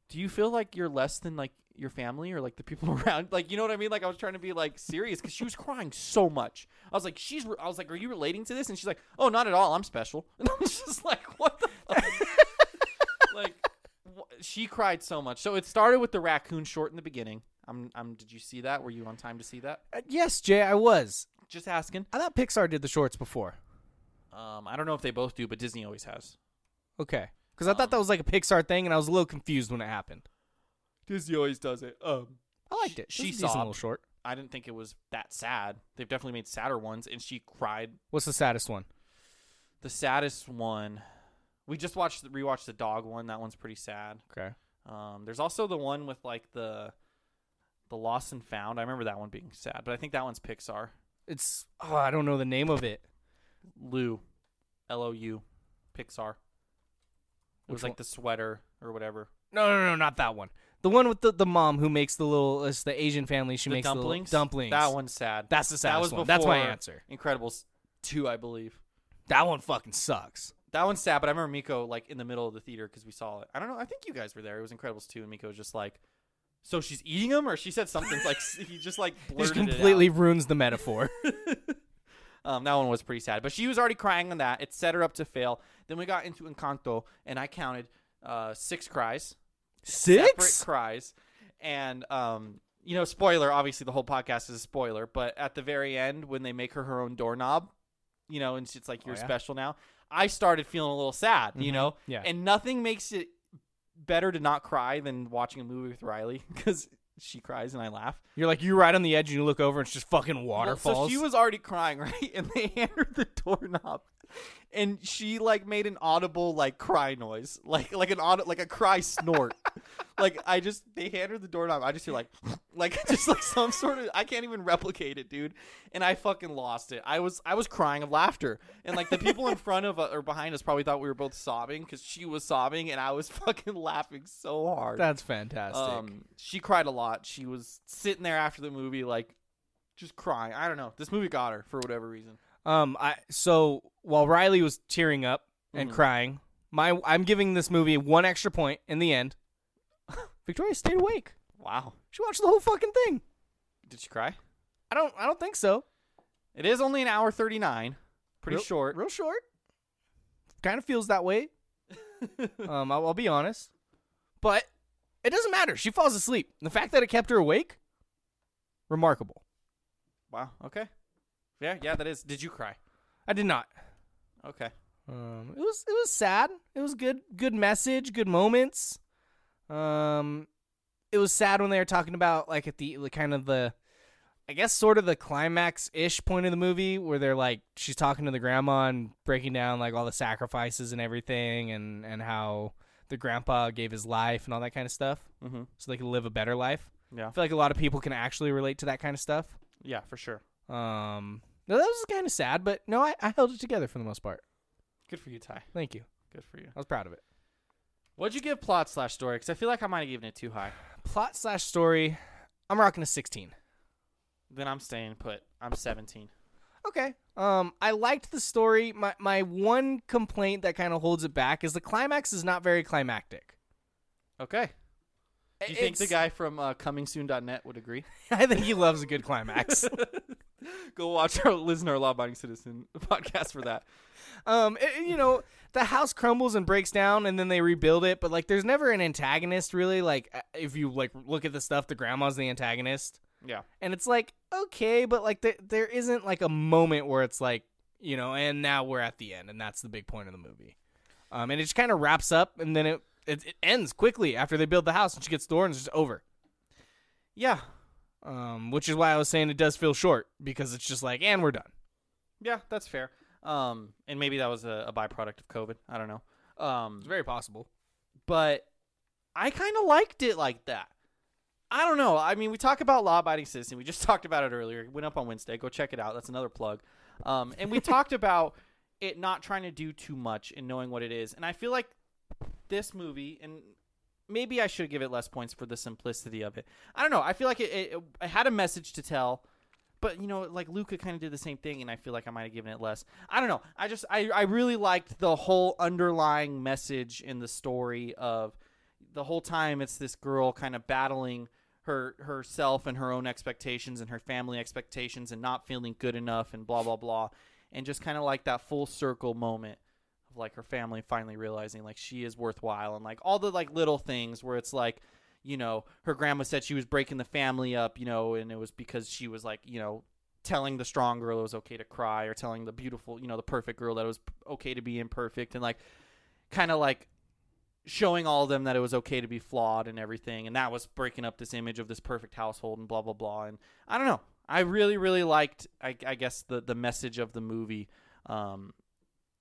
S1: do you feel like you're less than like your family or like the people around? Like you know what I mean? Like I was trying to be like serious because she was crying so much. I was like, she's. I was like, are you relating to this? And she's like, oh, not at all. I'm special. And I was just like, what the. Fuck? like wh- she cried so much. So it started with the raccoon short in the beginning. I'm, I'm. Did you see that? Were you on time to see that?
S2: Uh, yes, Jay, I was.
S1: Just asking.
S2: I thought Pixar did the shorts before.
S1: Um, I don't know if they both do, but Disney always has.
S2: Okay, because I
S1: Um,
S2: thought that was like a Pixar thing, and I was a little confused when it happened.
S1: Disney always does it. Um,
S2: I liked it.
S1: She,
S2: it was a
S1: saw.
S2: decent little short.
S1: I didn't think it was that sad. They've definitely made sadder ones, and she cried.
S2: What's the saddest one?
S1: The saddest one. We just watched rewatched the dog one. That one's pretty sad.
S2: Okay.
S1: Um, there's also the one with like the the lost and found. I remember that one being sad, but I think that one's Pixar.
S2: It's oh, I don't know the name of it.
S1: Lou, L O U, Pixar. It
S2: Which
S1: was
S2: one?
S1: like the sweater or whatever.
S2: No, no, no, not that one. The one with the, the mom who makes the little, it's the Asian family. She
S1: the
S2: makes
S1: dumplings.
S2: the little dumplings.
S1: That one's sad.
S2: That's the
S1: that
S2: saddest
S1: was
S2: one.
S1: Before
S2: That's my answer.
S1: Incredibles two, I believe.
S2: That one fucking sucks.
S1: That one's sad, but I remember Miko like in the middle of the theater because we saw it. I don't know. I think you guys were there. It was Incredibles two, and Miko was just like, "So she's eating him," or she said something like s- he just like
S2: This
S1: blurted it out.
S2: completely ruins the metaphor.
S1: Um, that one was pretty sad, but she was already crying on that. It set her up to fail. Then we got into Encanto, and I counted uh, six cries, separate
S2: Six?
S1: cries, and um, you know, spoiler. Obviously, the whole podcast is a spoiler, but at the very end, when they make her her own doorknob, you know, and it's like you're
S2: Oh, yeah.
S1: special now. I started feeling a little sad, you
S2: Mhm.
S1: know,
S2: Yeah.
S1: and nothing makes it better to not cry than watching a movie with Riley because she cries and I laugh.
S2: You're like, you're right on the edge and you look over and it's just fucking
S1: Well, so
S2: waterfalls.
S1: she was already crying, right? And they hand her the doorknob, and she like made an audible like cry noise, like like an aud- like a cry snort. like I just they hand her the doorknob. I just hear like like just like some sort of I can't even replicate it, dude. And I fucking lost it. I was I was crying of laughter, and like the people in front of uh, or behind us probably thought we were both sobbing because she was sobbing and I was fucking laughing so hard.
S2: That's fantastic.
S1: Um, she cried a lot. She was sitting there after the movie, like just crying. I don't know. This movie got her for whatever reason.
S2: Um, I so while Riley was tearing up
S1: Mm-hmm.
S2: and crying, my I'm giving this movie one extra point in the end. Victoria stayed awake.
S1: Wow.
S2: She watched the whole fucking thing.
S1: Did she cry?
S2: I don't I don't think so.
S1: It is only an hour thirty nine. Pretty
S2: Real-
S1: short.
S2: Real short. Kind of feels that way. um, I'll, I'll be honest, but it doesn't matter. She falls asleep. The fact that it kept her awake, remarkable.
S1: Wow. Okay. Yeah. Yeah. That is. Did you cry?
S2: I did not.
S1: Okay.
S2: Um, it was it was sad. It was good good message, good moments. Um, it was sad when they were talking about like at the like, kind of the, I guess sort of the climax ish point of the movie where they're like she's talking to the grandma and breaking down like all the sacrifices and everything and and how the grandpa gave his life and all that kind of stuff
S1: Mm-hmm.
S2: so they could live a better life.
S1: Yeah.
S2: I feel like a lot of people can actually relate to that kind of stuff.
S1: Yeah. For sure.
S2: Um, no, that was kind of sad, but no, I, I held it together for the most part.
S1: Good for you, Ty.
S2: Thank you.
S1: Good for you.
S2: I was proud of it.
S1: What'd you give plot slash story? Because I feel like I might have given it too high.
S2: plot slash story, I'm rocking a 16.
S1: Then I'm staying put. I'm 17.
S2: Okay. Um, I liked the story. My my one complaint that kind of holds it back is the climax is not very climactic.
S1: Okay. Do you think the
S2: It's-
S1: guy from uh, comingsoon.net would agree?
S2: I think he loves a good climax.
S1: Go watch our listener law abiding citizen podcast for that.
S2: um, it- you know, the house crumbles and breaks down, and then they rebuild it. But like, there's never an antagonist really. Like, uh, if you like look at the stuff, the grandma's the antagonist,
S1: Yeah.
S2: and it's like okay, but like there there isn't like a moment where it's like you know, and now we're at the end, and that's the big point of the movie. Um, and it just kind of wraps up, and then it, it it ends quickly after they build the house, and she gets the door, and it's just over.
S1: Yeah.
S2: Um, which is why I was saying it does feel short because it's just like, and we're done.
S1: Yeah. That's fair. Um, and maybe that was a, a byproduct of COVID. I don't know. Um,
S2: It's very possible.
S1: but I kind of liked it like that. I don't know. I mean, we talk about law abiding citizen. We just talked about it earlier. It went up on Wednesday. Go check it out. That's another plug. Um, and we talked about it not trying to do too much and knowing what it is. And I feel like this movie, and maybe I should give it less points for the simplicity of it. I don't know. I feel like it, it, it had a message to tell. But you know, like Luca kind of did the same thing, and I feel like I might have given it less. I don't know. I just I, I really liked the whole underlying message in the story of the whole time it's this girl kind of battling her herself and her own expectations and her family expectations and not feeling good enough and blah blah blah, and just kind of like that full circle moment of like her family finally realizing like she is worthwhile and like all the like little things where it's like you know her grandma said she was breaking the family up you know and it was because she was like you know telling the strong girl it was okay to cry or telling the beautiful you know the perfect girl that it was p- okay to be imperfect and like kind of like showing all of them that it was okay to be flawed and everything and that was breaking up this image of this perfect household and blah blah blah and i don't know i really really liked i, I guess the the message of the movie um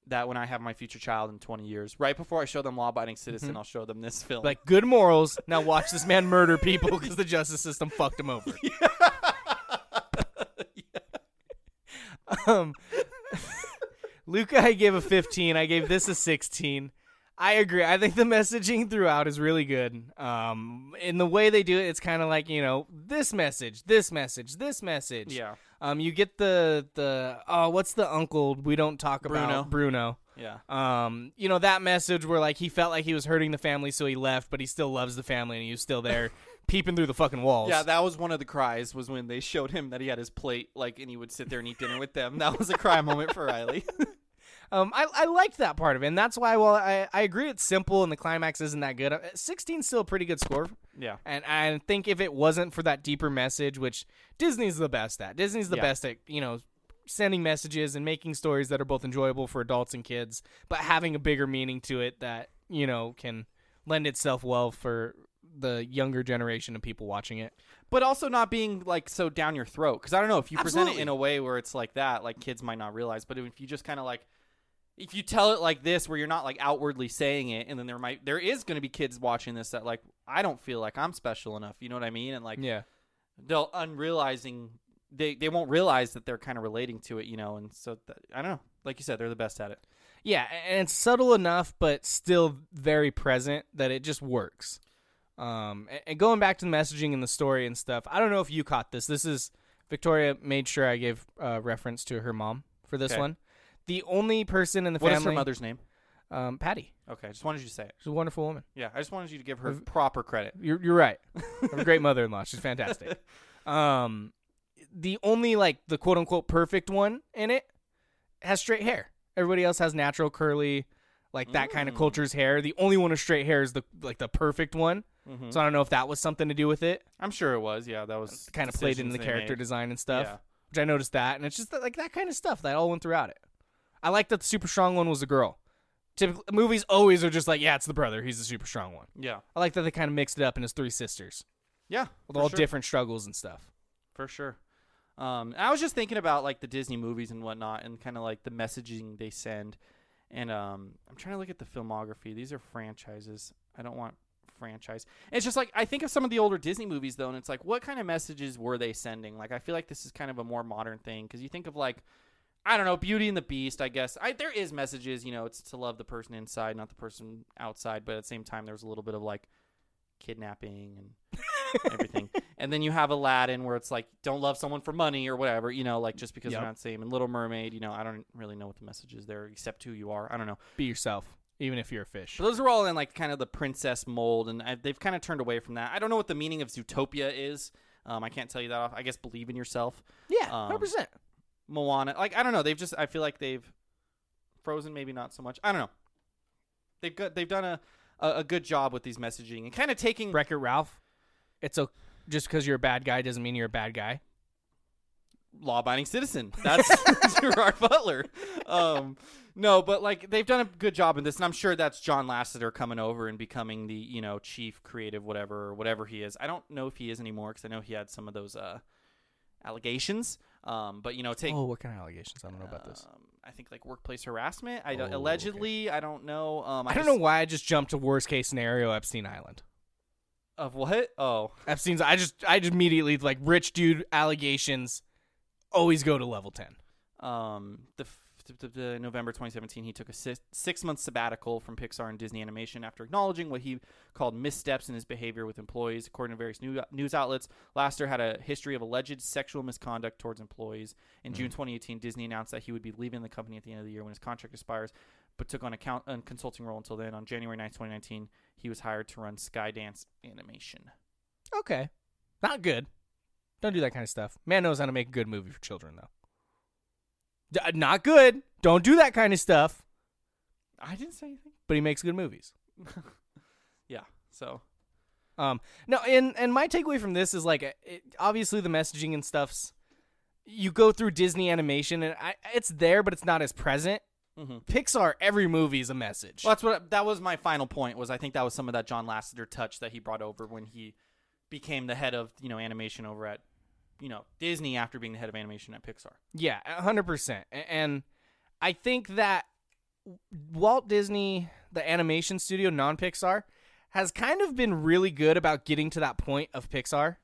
S1: that when i have my future child in 20 years right before i show them law abiding citizen i'll show them this film
S2: Like good morals. Now watch this man murder people because the justice system fucked him over. Um, Luca, I gave a 15. I gave this a 16. I agree. I think the messaging throughout is really good. Um, in the way they do it, it's kind of like you know this message, this message, this message.
S1: yeah
S2: Um, you get the the oh, what's the uncle we don't talk
S1: Bruno.
S2: about Bruno.
S1: yeah
S2: Um, you know that message where like he felt like he was hurting the family, so he left, but he still loves the family and he was still there, peeping through the fucking walls.
S1: Yeah, that was one of the cries was when they showed him that he had his plate, like, and he would sit there and eat dinner with them. That was a cry moment for Riley.
S2: Um, I, I liked that part of it, and that's why. While I, I agree, it's simple and the climax isn't that good. Uh, Sixteen still a pretty good score,
S1: yeah.
S2: and I think if it wasn't for that deeper message, which Disney's the best at, Disney's the
S1: Yeah.
S2: best at you know sending messages and making stories that are both enjoyable for adults and kids, but having a bigger meaning to it that you know can lend itself well for the younger generation of people watching it.
S1: But also not being, like, so down your throat. Because I don't know if you present it
S2: Absolutely.
S1: in a way where it's like that, like, kids might not realize. But if you just kind of, like, if you tell it like this where you're not like outwardly saying it and then there might there is going to be kids watching this that like i don't feel like i'm special enough you know what i mean and like
S2: yeah.
S1: they'll unrealizing they they won't realize that they're kind of relating to it you know and so th- i don't know like you said they're the best at it
S2: Yeah, a- and it's subtle enough, but still very present that it just works. Um, a- and going back to the messaging and the story and stuff, I don't know if you caught this. This is Victoria made sure I gave uh, reference to her mom for this
S1: Okay.
S2: one. The only person in the
S1: What is
S2: family,
S1: her mother's name
S2: um, Patty.
S1: okay i just wanted you to say it
S2: She's a wonderful woman.
S1: yeah i just wanted you to give her proper credit
S2: You're, you're right. I have a great mother-in-law. She's fantastic. Um, the only like the quote unquote perfect one in it has straight hair. Everybody else has natural curly, like that kind of
S1: Mm.
S2: culture's hair. The only one with straight hair is the like the perfect one.
S1: Mm-hmm.
S2: So I don't know if that was something to do with it.
S1: i'm sure it was yeah that was
S2: Kind of played into
S1: decisions
S2: the
S1: they
S2: character
S1: made.
S2: design and stuff,
S1: Yeah.
S2: which I noticed that, and it's just that, like that kind of stuff that all went throughout it. I like that the super strong one was a girl. Typically, movies always are just like, yeah, it's the brother. He's the super strong one.
S1: yeah
S2: I like that they kind of mixed it up in his three sisters
S1: yeah
S2: with
S1: for
S2: all
S1: sure.
S2: different struggles and stuff.
S1: for sure. Um, I was just thinking about like the Disney movies and whatnot, and kind of like the messaging they send. And um, I'm trying to look at the filmography. These are franchises. I don't want franchise. It's just like I think of some of the older Disney movies though, and it's like what kind of messages were they sending? Like I feel like this is kind of a more modern thing because you think of like I don't know Beauty and the Beast. I guess I, there is messages. You know, it's to love the person inside, not the person outside. But at the same time, there's a little bit of like kidnapping and everything. and then you have Aladdin where it's like don't love someone for money or whatever, you know, like just because
S2: Yep.
S1: they're not the same. And Little Mermaid, you know, I don't really know what the message is there except who you are. I don't know.
S2: Be yourself, even if you're a fish.
S1: But those are all in like kind of the princess mold, and I, they've kind of turned away from that. I don't know what the meaning of Zootopia is. Um, I can't tell you that off. I guess believe in yourself.
S2: Yeah,
S1: Um,
S2: hundred percent.
S1: Moana, like I don't know. They've just I feel like they've Frozen maybe not so much. I don't know. They've got they've done a a, a good job with these messaging and kind of taking
S2: Wreck It Ralph. It's a just because you're a bad guy doesn't mean you're a bad guy.
S1: law-abiding citizen. That's Gerard Butler. Um, no, but like they've done a good job in this, and I'm sure that's John Lasseter coming over and becoming the you know chief creative whatever or whatever he is. I don't know if he is anymore because I know he had some of those uh, allegations. Um, but you know, take
S2: Oh, what kind of allegations? I don't know about this.
S1: um, I think like workplace harassment. I don't,
S2: Oh,
S1: allegedly, I don't know. Um,
S2: I don't
S1: just-
S2: know why I just jumped to worst case scenario Epstein Island.
S1: of what. Oh,
S2: Epstein's. I just I just immediately like rich dude allegations always go to level ten.
S1: um, the, f- the, the, the November 2017, he took a six, six month sabbatical from Pixar and Disney Animation after acknowledging what he called missteps in his behavior with employees. According to various new, news outlets, Laster had a history of alleged sexual misconduct towards employees. In June 2018, Disney announced that he would be leaving the company at the end of the year when his contract expires, but took on a, count, a consulting role until then. On January 9th, 2019, he was hired to run Skydance Animation.
S2: Okay, not good. Don't do that kind of stuff. Man knows how to make a good movie for children though. D- uh, not good. Don't do that kind of stuff.
S1: I didn't say anything.
S2: But he makes good movies.
S1: Yeah. So
S2: Um, no, and and my takeaway from this is like, it, obviously the messaging and stuffs. You go through Disney animation, and I, it's there, but it's not as present. Pixar, every movie is a message.
S1: Well, that's what that was my final point was I think that was some of that John Lasseter touch that he brought over when he became the head of you know animation over at you know Disney after being the head of animation at Pixar.
S2: Yeah, a hundred percent. A- And I think that Walt Disney, the animation studio, non Pixar, has kind of been really good about getting to that point of Pixar,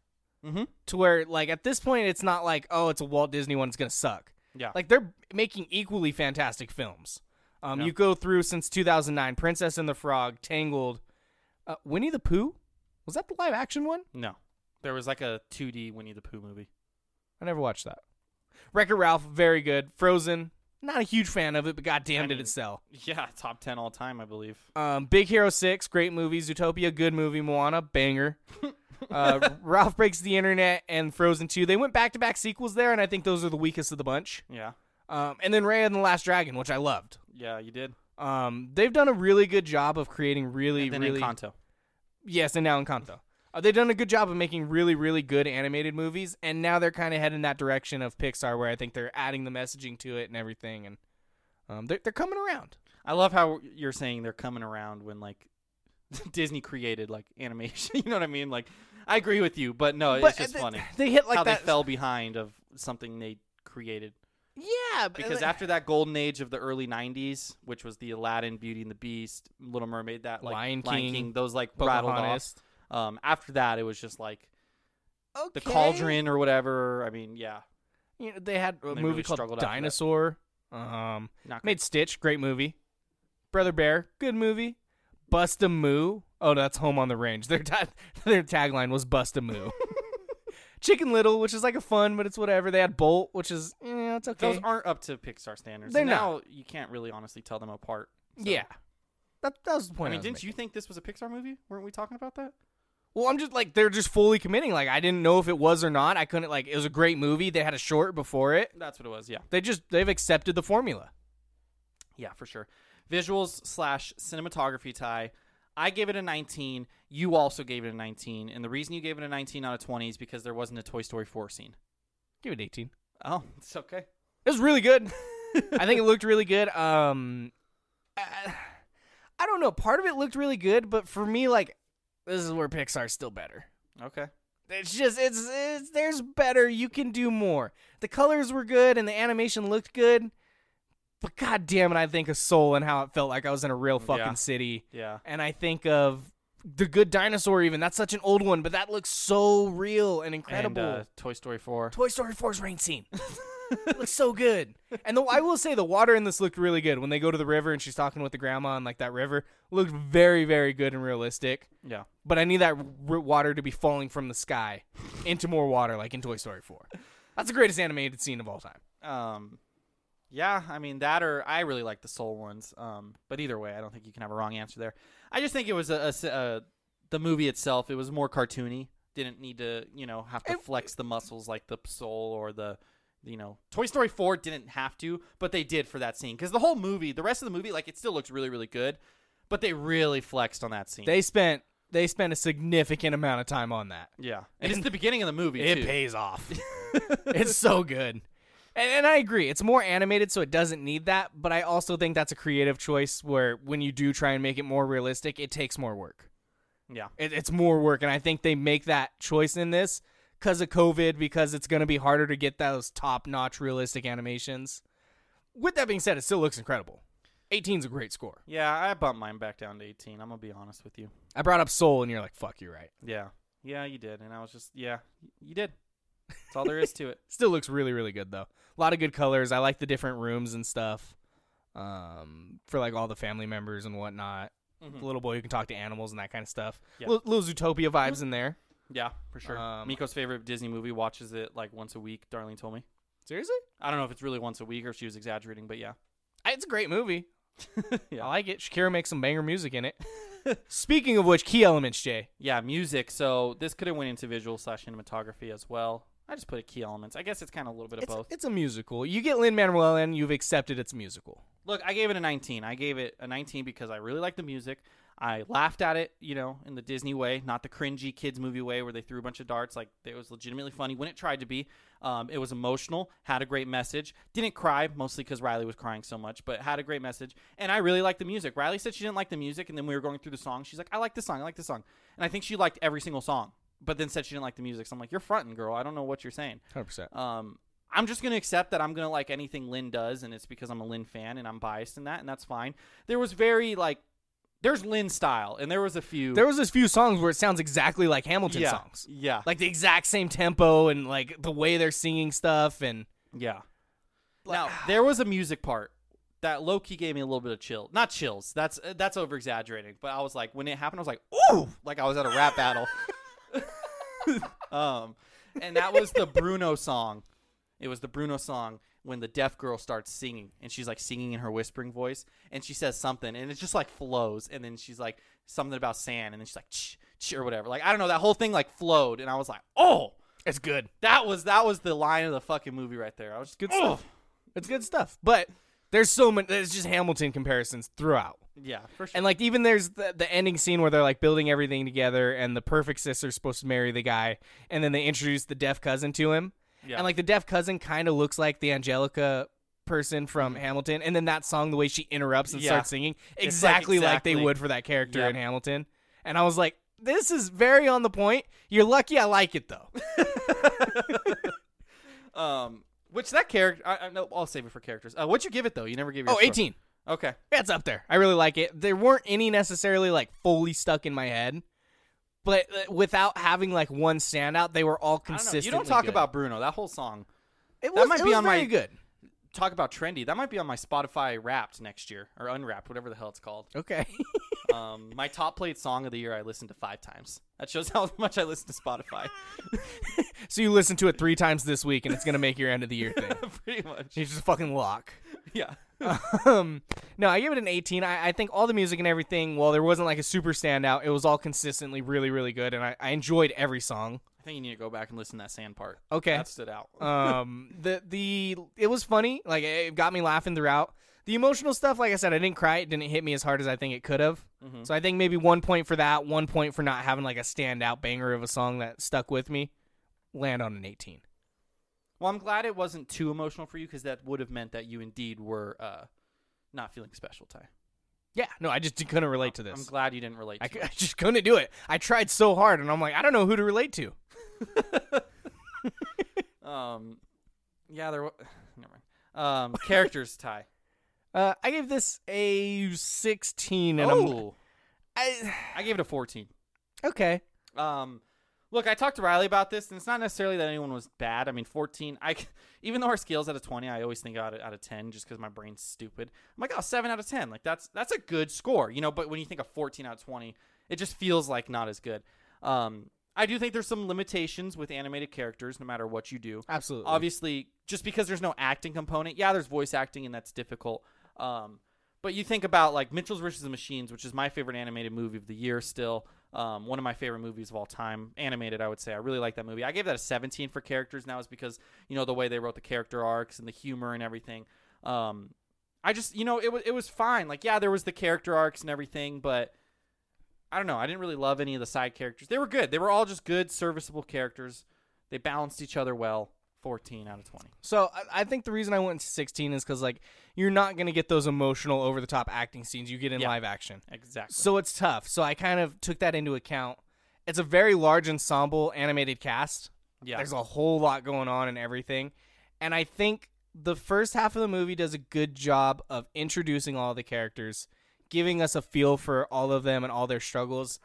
S1: Mhm.
S2: to where like at this point it's not like oh it's a Walt Disney one it's gonna suck.
S1: Yeah.
S2: like they're making equally fantastic films. Um,
S1: Yeah.
S2: you go through since 2009, Princess and the Frog, Tangled, uh, Winnie the Pooh. Was that the live action one?
S1: No, there was like a 2D Winnie the Pooh movie.
S2: I never watched that. Wreck It Ralph, very good. Frozen, not a huge fan of it, but goddamn
S1: I
S2: did
S1: mean-
S2: it sell.
S1: Yeah, top ten all time, I believe.
S2: Um, Big Hero Six, great movie. Zootopia, good movie. Moana, banger. uh, Ralph Breaks the Internet and Frozen Two. They went back to back sequels there, and I think those are the weakest of the bunch.
S1: Yeah,
S2: Um, and then Raya and the Last Dragon, which I loved.
S1: yeah, you did.
S2: Um, they've done a really good job of creating really,
S1: And then
S2: really
S1: Encanto.
S2: yes, and now Encanto. Uh, they've done a good job of making really, really good animated movies, and now they're kind of heading that direction of Pixar, where I think they're adding the messaging to it and everything, and um, they're they're coming around.
S1: I love how you're saying they're coming around when like Disney created like animation. you know what I mean? Like, I agree with you, but no,
S2: But
S1: Oh,
S2: uh,
S1: it's just
S2: they-
S1: funny
S2: They hit like
S1: how
S2: that
S1: they fell behind of something they created.
S2: Yeah, but-
S1: because after that golden age of the early 90s which was the aladdin beauty and the beast little mermaid that like
S2: Lion King,
S1: those like
S2: Pocahontas.
S1: rattled off um, after that it was just like the
S2: Okay.
S1: cauldron or whatever i mean yeah
S2: You know, they had a
S1: They
S2: movie
S1: really
S2: called
S1: struggled after that.
S2: Dinosaur. Um,
S1: not great.
S2: made Stitch, great movie. Brother Bear, good movie. Bust a Moo. Oh, no, that's Home on the Range. Their ta- their tagline was Bust a Moo. Chicken Little, which is like a fun, but it's whatever. They had Bolt, which is yeah, it's okay.
S1: those aren't up to pixar standards
S2: They're
S1: And now
S2: not.
S1: you can't really honestly tell them apart so-
S2: Yeah, that that was the
S1: i
S2: point.
S1: mean
S2: was
S1: didn't
S2: making.
S1: you think this was a pixar movie weren't we talking about that
S2: Well, I'm just like they're just fully committing. Like I didn't know if it was or not. I couldn't like it was a great movie. They had a short before it.
S1: that's what it was yeah
S2: They just they've accepted the formula.
S1: Yeah, for sure. Visuals slash cinematography tie. I gave it a 19. You also gave it a 19. And the reason you gave it a 19 out of 20 is because there wasn't a Toy Story 4 scene.
S2: Give it 18.
S1: Oh, it's okay.
S2: It was really good. I think it looked really good. Um, I, I don't know. Part of it looked really good, but for me, like, this is where Pixar's still better.
S1: Okay.
S2: It's just it's, it's there's better. You can do more. The colors were good and the animation looked good, but god damn it, I think of Soul and how it felt like I was in a real fucking
S1: Yeah.
S2: city.
S1: Yeah.
S2: And I think of the Good Dinosaur. Even that's such an old one, but that looks so real and incredible.
S1: And uh, Toy Story 4.
S2: Toy Story 4's rain scene. It looks so good. And the, I will say the water in this looked really good. When they go to the river and she's talking with the grandma and like that river looked very very good and realistic.
S1: yeah.
S2: But I need that r- water to be falling from the sky into more water like in Toy Story 4. That's the greatest animated scene of all time.
S1: Um, yeah, I mean that, or I really like the soul ones. Um, but either way, I don't think you can have a wrong answer there. I just think it was a, a s- uh, the movie itself. It was more cartoony. Didn't need to, you know, have to flex the muscles like the soul or the, you know, Toy Story Four didn't have to, but they did for that scene because the whole movie, the rest of the movie, like it still looks really, really good, but they really flexed on that scene.
S2: They spent they spent a significant amount of time on that.
S1: yeah, and it's the beginning of the movie.
S2: It
S1: too.
S2: pays off. it's so good. And, and I agree. It's more animated, so it doesn't need that. But I also think that's a creative choice where when you do try and make it more realistic, it takes more work.
S1: Yeah.
S2: It, it's more work. And I think they make that choice in this because of COVID, because it's going to be harder to get those top notch realistic animations. With that being said, it still looks incredible. 18 is a great score.
S1: Yeah, I bumped mine back down to 18. I'm gonna be honest with you.
S2: I brought up Soul, and you're like, fuck, you're right.
S1: Yeah. Yeah, you did. And I was just, yeah, you did. That's all there is to it.
S2: Still looks really, really good though. A lot of good colors. I like the different rooms and stuff. Um, for like all the family members and whatnot. The little boy who can talk to animals and that kind of stuff.
S1: Mm-hmm. Yeah. Mm-hmm.
S2: Little, little Zootopia vibes in there.
S1: Yeah, for sure.
S2: Um,
S1: Miko's favorite Disney movie watches it like once a week, Darlene told me.
S2: Seriously,
S1: I don't know if it's really once a week or if she was exaggerating, but yeah.
S2: I- it's a great movie.
S1: Yeah.
S2: I like it. Shakira makes some banger music in it. Speaking of which, key elements, Jay.
S1: Yeah, music. So this could have went into visual slash cinematography as well. I just put a key elements. I guess it's kind of a little bit of
S2: It's,
S1: both.
S2: it's a musical. You get Lin Manuel and you've accepted it's musical.
S1: Look, I gave it a 19. I gave it a 19 because I really liked the music. I laughed at it, you know, in the Disney way, not the cringy kids movie way where they threw a bunch of darts. Like it was legitimately funny when it tried to be. Um, it was emotional, had a great message. Didn't cry mostly because Riley was crying so much, but had a great message. And I really liked the music. Riley said she didn't like the music, and then we were going through the song. She's like, "I like this song. I like this song," and I think she liked every single song, but then said she didn't like the music. So I'm like, "You're fronting, girl. I don't know what you're saying."
S2: 100%.
S1: Um, I'm just gonna accept that I'm gonna like anything Lynn does, and it's because I'm a Lynn fan and I'm biased in that, and that's fine. There was very like, there's Lynn style, and there was a few.
S2: There was this few songs where it sounds exactly like Hamilton
S1: yeah,
S2: songs.
S1: Yeah,
S2: Like the exact same tempo and like the way they're singing stuff and
S1: yeah. now
S2: ah.
S1: there was a music part that low key gave me a little bit of chill. Not chills. That's uh, that's over exaggerating, but I was like, when it happened, I was like, ooh, like I was at a rap battle. um, and that was the Bruno song. It was the Bruno song when the deaf girl starts singing and she's like singing in her whispering voice and she says something and it just like flows and then she's like something about sand and then she's like ch, ch or whatever. Like I don't know, that whole thing like flowed and I was like, "Oh,
S2: it's good.
S1: that was that was the line of the fucking movie right there." I was just
S2: Good
S1: "Oh."
S2: stuff. It's good stuff. But there's so many. There's just Hamilton comparisons throughout.
S1: Yeah, for sure.
S2: And like even there's the, the ending scene where they're like building everything together, and the perfect sister's supposed to marry the guy, and then they introduce the deaf cousin to him,
S1: Yeah.
S2: and like the deaf cousin kind of looks like the Angelica person from Hamilton, and then that song, the way she interrupts and
S1: Mm-hmm. Yeah.
S2: starts singing,
S1: like,
S2: exactly, like, they
S1: exactly.
S2: would for that character
S1: Yep.
S2: in Hamilton, and I was like, this is very on the point. You're lucky I like it though.
S1: Um, Which that character, I, I, no, I'll save it for characters. Uh, what'd you give it though? You never gave your
S2: Oh,
S1: score.
S2: 18.
S1: Okay,
S2: It's up there. I really like it. There weren't any necessarily like fully stuck in my head, but uh, without having like one standout, they were
S1: I
S2: all
S1: don't know.
S2: consistent.
S1: You don't talk about Bruno. That whole song. that
S2: it was,
S1: might
S2: it
S1: be
S2: was
S1: on my-
S2: very good.
S1: Talk about trendy. That might be on my Spotify Wrapped next year or Unwrapped, whatever the hell it's called.
S2: Okay,
S1: Um, my top played song of the year I listened to five times. That shows how much I listen to Spotify.
S2: so you listen to it three times this week, and it's gonna make your end of the year thing.
S1: Pretty much.
S2: It's just a fucking lock.
S1: Yeah.
S2: um, no, I give it an 18. I, I think all the music and everything, while there wasn't like a super standout, it was all consistently really, really good, and I, I enjoyed every song.
S1: I think you need to go back and listen to that sand part.
S2: Okay.
S1: That stood out.
S2: um, the the it was funny. Like it got me laughing throughout. The emotional stuff, like I said, I didn't cry. It didn't hit me as hard as I think it could have.
S1: Mm-hmm.
S2: So I think maybe one point for that, one point for not having like a standout banger of a song that stuck with me. Land on an 18.
S1: Well, I'm glad it wasn't too emotional for you because that would have meant that you indeed were uh, not feeling special, Ty.
S2: Yeah, no, I just couldn't relate to this.
S1: I'm glad you didn't relate.
S2: I,
S1: to
S2: cou- I just couldn't do it. I tried so hard, and I'm like, I don't know who to relate to.
S1: it. Um, yeah, there. Wa- Never mind. Um, characters, Ty.
S2: Uh, I gave this a 16, and I'm,
S1: oh,
S2: I,
S1: I gave it a 14.
S2: okay.
S1: Um, look, I talked to Riley about this, and it's not necessarily that anyone was bad. I mean, 14. I c- even though our scale's out of 20, I always think out of, out of 10 just because my brain's stupid. I'm like, oh, seven out of 10. Like that's that's a good score, you know. But when you think of 14 out of 20, it just feels like not as good. Um, I do think there's some limitations with animated characters, no matter what you do.
S2: Absolutely.
S1: Obviously, just because there's no acting component, yeah, there's voice acting, and that's difficult. Um, but you think about like Mitchell's versus the Machines, which is my favorite animated movie of the year, still um, one of my favorite movies of all time, animated. I would say I really like that movie. I gave that a 17 for characters. Now is because you know the way they wrote the character arcs and the humor and everything. Um, I just you know it was it was fine. Like yeah, there was the character arcs and everything, but I don't know. I didn't really love any of the side characters. They were good. They were all just good, serviceable characters. They balanced each other well. 14 out of 20.
S2: So I, I think the reason I went to 16 is because like you're not gonna get those emotional over the top acting scenes you get in
S1: Yeah.
S2: live action.
S1: Exactly.
S2: So it's tough. So I kind of took that into account. It's a very large ensemble animated cast.
S1: yeah.
S2: There's a whole lot going on and everything. And I think the first half of the movie does a good job of introducing all the characters, giving us a feel for all of them and all their struggles.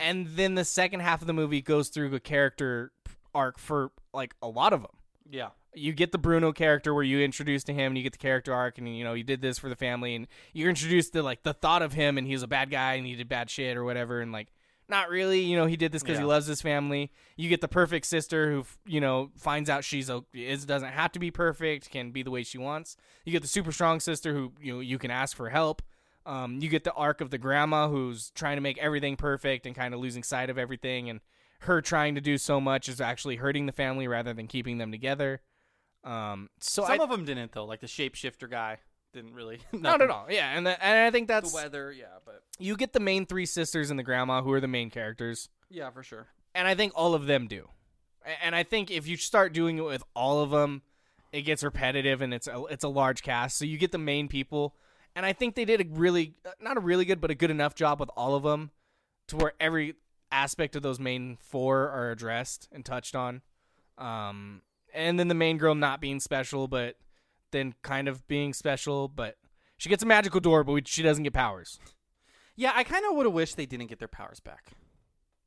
S2: And then the second half of the movie goes through a character arc for like a lot of them
S1: yeah.
S2: you get the Bruno character where you introduced to him and you get the character arc and you know you did this for the family and you're introduced to like the thought of him and he's a bad guy and he did bad shit or whatever and like not really you know he did this because
S1: Yeah.
S2: he loves his family you get the perfect sister who f- you know finds out she's o- is doesn't have to be perfect can be the way she wants you get the super strong sister who you know you can ask for help um, you get the arc of the grandma who's trying to make everything perfect and kind of losing sight of everything and her trying to do so much is actually hurting the family rather than keeping them together um, so
S1: Some
S2: I,
S1: of them didn't though. Like the shapeshifter guy didn't really.
S2: not
S1: nothing.
S2: at all. Yeah, and the, and I think
S1: The
S2: that's
S1: weather, yeah, but
S2: you get the main three sisters and the grandma who are the main characters,
S1: yeah, for sure.
S2: and I think all of them do. A- And I think if you start doing it with all of them, it gets repetitive and it's a, it's a large cast. So you get the main people, and I think they did a really not a really good but a good enough job with all of them to where every aspect of those main four are addressed and touched on. Um, and then the main girl not being special, but then kind of being special, but she gets a magical door, but we, she doesn't get powers.
S1: Yeah, I kind of would have wished they didn't get their powers back.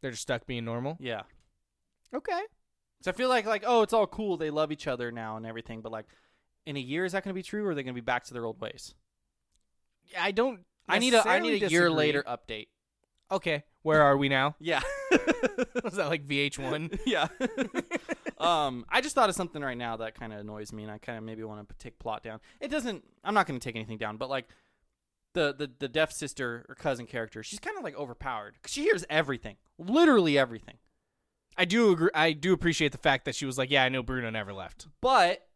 S2: They're just stuck being normal.
S1: Yeah.
S2: Okay.
S1: So I feel like like oh, it's all cool. They love each other now and everything, but like in a year is that going to be true or are they going to be back to their old ways?
S2: I don't.
S1: I need a I
S2: necessarily
S1: need a year
S2: disagree.
S1: later update.
S2: Okay, where are we now?
S1: Yeah.
S2: Was that like VH1?
S1: yeah. um, I just thought of something right now that kind of annoys me, and I kind of maybe want to take plot down. It doesn't. I'm not going to take anything down, but like the the the deaf sister or cousin character, she's kind of like overpowered 'cause she hears everything, literally everything.
S2: I do agree. I do appreciate the fact that she was like, "Yeah, I know Bruno never left."
S1: But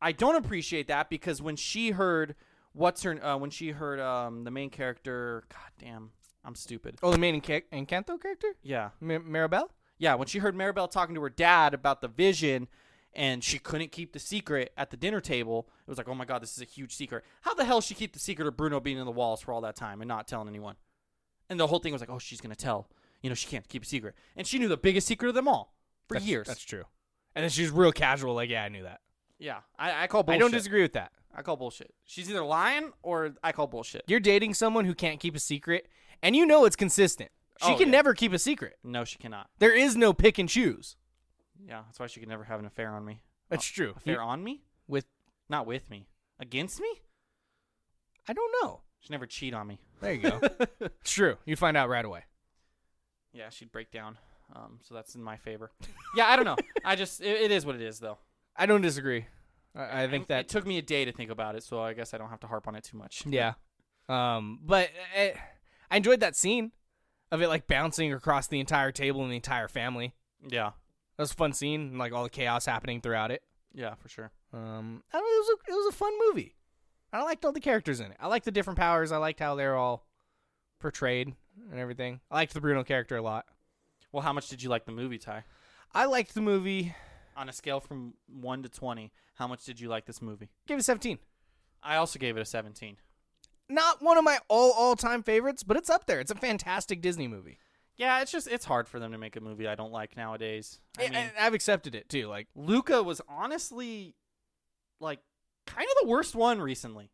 S1: I don't appreciate that because when she heard what's her uh, when she heard um the main character, god damn, I'm stupid.
S2: Oh, the main Enca- Encanto character,
S1: Yeah.
S2: M- Maribel.
S1: Yeah, when she heard Maribel talking to her dad about the vision and she couldn't keep the secret at the dinner table, it was like, oh my God, this is a huge secret. How the hell she keep the secret of Bruno being in the walls for all that time and not telling anyone? And the whole thing was like, oh, she's going to tell. You know, she can't keep a secret. And she knew the biggest secret of them all for
S2: That's-
S1: years.
S2: That's true. And then she's real casual, like, "Yeah, I knew that."
S1: Yeah, I, I call bullshit.
S2: I don't disagree with that.
S1: I call bullshit. She's either lying or I call bullshit.
S2: You're dating someone who can't keep a secret, and you know it's consistent. She
S1: Oh,
S2: can
S1: yeah.
S2: never keep a secret.
S1: No, she cannot.
S2: There is no pick and choose.
S1: Yeah, that's why she could never have an affair on me.
S2: That's true.
S1: Affair
S2: You-
S1: Oh, on me?
S2: with
S1: Not with me. Against me?
S2: I don't know.
S1: She never cheat on me.
S2: There you go. it's true. You find out right away.
S1: Yeah, she'd break down. Um, so that's in my favor. Yeah, I don't know. I just it, it is what it is though.
S2: I don't disagree. I, I think
S1: it
S2: that
S1: took me a day to think about it, so I guess I don't have to harp on it too much.
S2: yeah. Um, but I, I enjoyed that scene of it like bouncing across the entire table and the entire family.
S1: Yeah,
S2: That was a fun scene, and like all the chaos happening throughout it.
S1: yeah, for sure.
S2: Um, I don't know, it was a, it was a fun movie. I liked all the characters in it. I liked the different powers. I liked how they're all portrayed and everything. I liked the Bruno character a lot.
S1: Well, how much did you like the movie, Ty?
S2: I liked the movie.
S1: On a scale from one to twenty, how much did you like this movie?
S2: Give it seventeen.
S1: I also gave it a seventeen.
S2: Not one of my all all time favorites, but it's up there. It's a fantastic Disney movie.
S1: Yeah, it's just it's hard for them to make a movie I don't like nowadays. I
S2: I
S1: mean,
S2: I've accepted it too. Like
S1: Luca was honestly like kind of the worst one recently,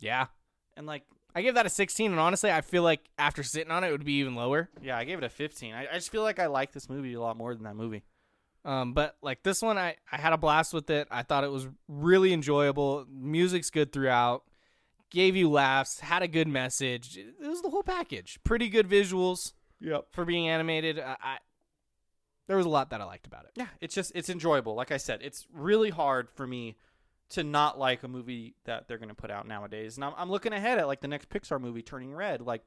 S2: yeah,
S1: and like
S2: I give that a sixteen, and honestly, I feel like after sitting on it, it would be even lower.
S1: yeah, I gave it a fifteen. I, I just feel like I like this movie a lot more than that movie.
S2: Um, but like this one, I, I had a blast with it. I thought it was really enjoyable. Music's good throughout. Gave you laughs. Had a good message. It was the whole package. Pretty good visuals
S1: Yep.
S2: for being animated. I, I there was a lot that I liked about it.
S1: Yeah, it's just it's enjoyable. Like I said, it's really hard for me to not like a movie that they're going to put out nowadays. And I'm, I'm looking ahead at like the next Pixar movie, Turning Red, like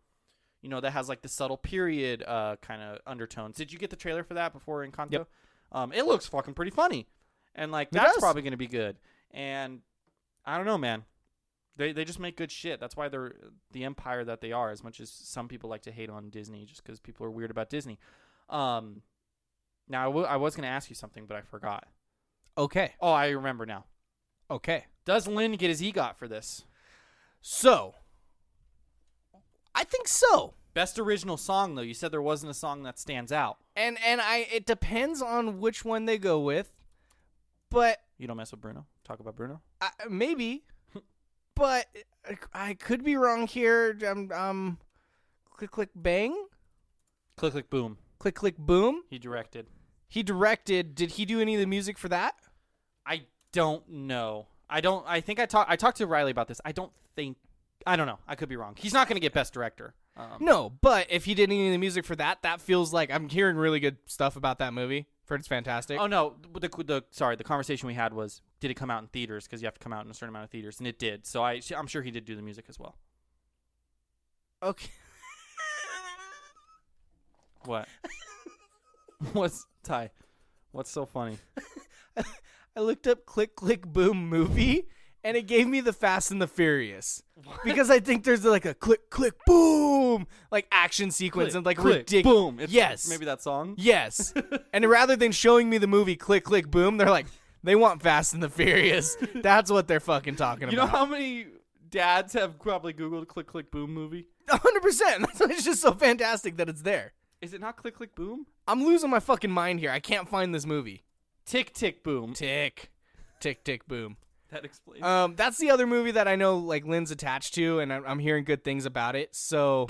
S1: you know that has like the subtle period uh, kind of undertones. Did you get the trailer for that before Encanto?
S2: Yep.
S1: Um, it looks fucking pretty funny, and like
S2: It
S1: that's
S2: does.
S1: probably going to be good. And I don't know, man. They, they just make good shit. That's why they're the empire that they are. As much as some people like to hate on Disney, just because people are weird about Disney. Um, now I wa- I was going to ask you something, but I forgot.
S2: Okay.
S1: Oh, I remember now.
S2: Okay.
S1: Does Lynn get his EGOT for this
S2: So I think so.
S1: best original song? Though you said there wasn't a song that stands out.
S2: And and I it depends on which one they go with. But
S1: You don't mess with Bruno. Talk about Bruno.
S2: I, maybe, but I, I could be wrong here. Um, um, click, click, bang,
S1: Click click boom.
S2: click, click, boom.
S1: He directed.
S2: He directed. Did he do any of the music for that?
S1: I don't know. I don't. I think I talked. I talked to Riley about this. I don't think. I don't know. I could be wrong. He's not going to get best director. Um,
S2: No, but if he did any of the music for that, that feels like I'm hearing really good stuff about that movie. For it's fantastic.
S1: Oh no. The, the, the sorry. The conversation we had was did it come out in theaters? Because you have to come out in a certain amount of theaters, and it did. So I I'm sure he did do the music as well.
S2: Okay.
S1: What? What's Ty? What's so funny?
S2: I looked up click, click, boom movie, and it gave me the Fast and the Furious. Because I think there's like a click, click, boom, like action sequence
S1: Click,
S2: and like
S1: click,
S2: ridiculous.
S1: Boom. It's-
S2: yes.
S1: Maybe that song.
S2: Yes. and rather than showing me the movie click click boom, they're like they want Fast and the Furious. That's what they're fucking talking
S1: You know
S2: about.
S1: how many dads have probably Googled "Click Click Boom" movie?
S2: 100%. That's why it's just so fantastic that it's there.
S1: Is it not "Click Click Boom"?
S2: I'm losing my fucking mind here. I can't find this movie.
S1: Tick Tick Boom.
S2: Tick. Tick tick boom.
S1: That explains.
S2: Um that's the other movie that I know like Lynn's attached to and I'm, I'm hearing good things about it. So,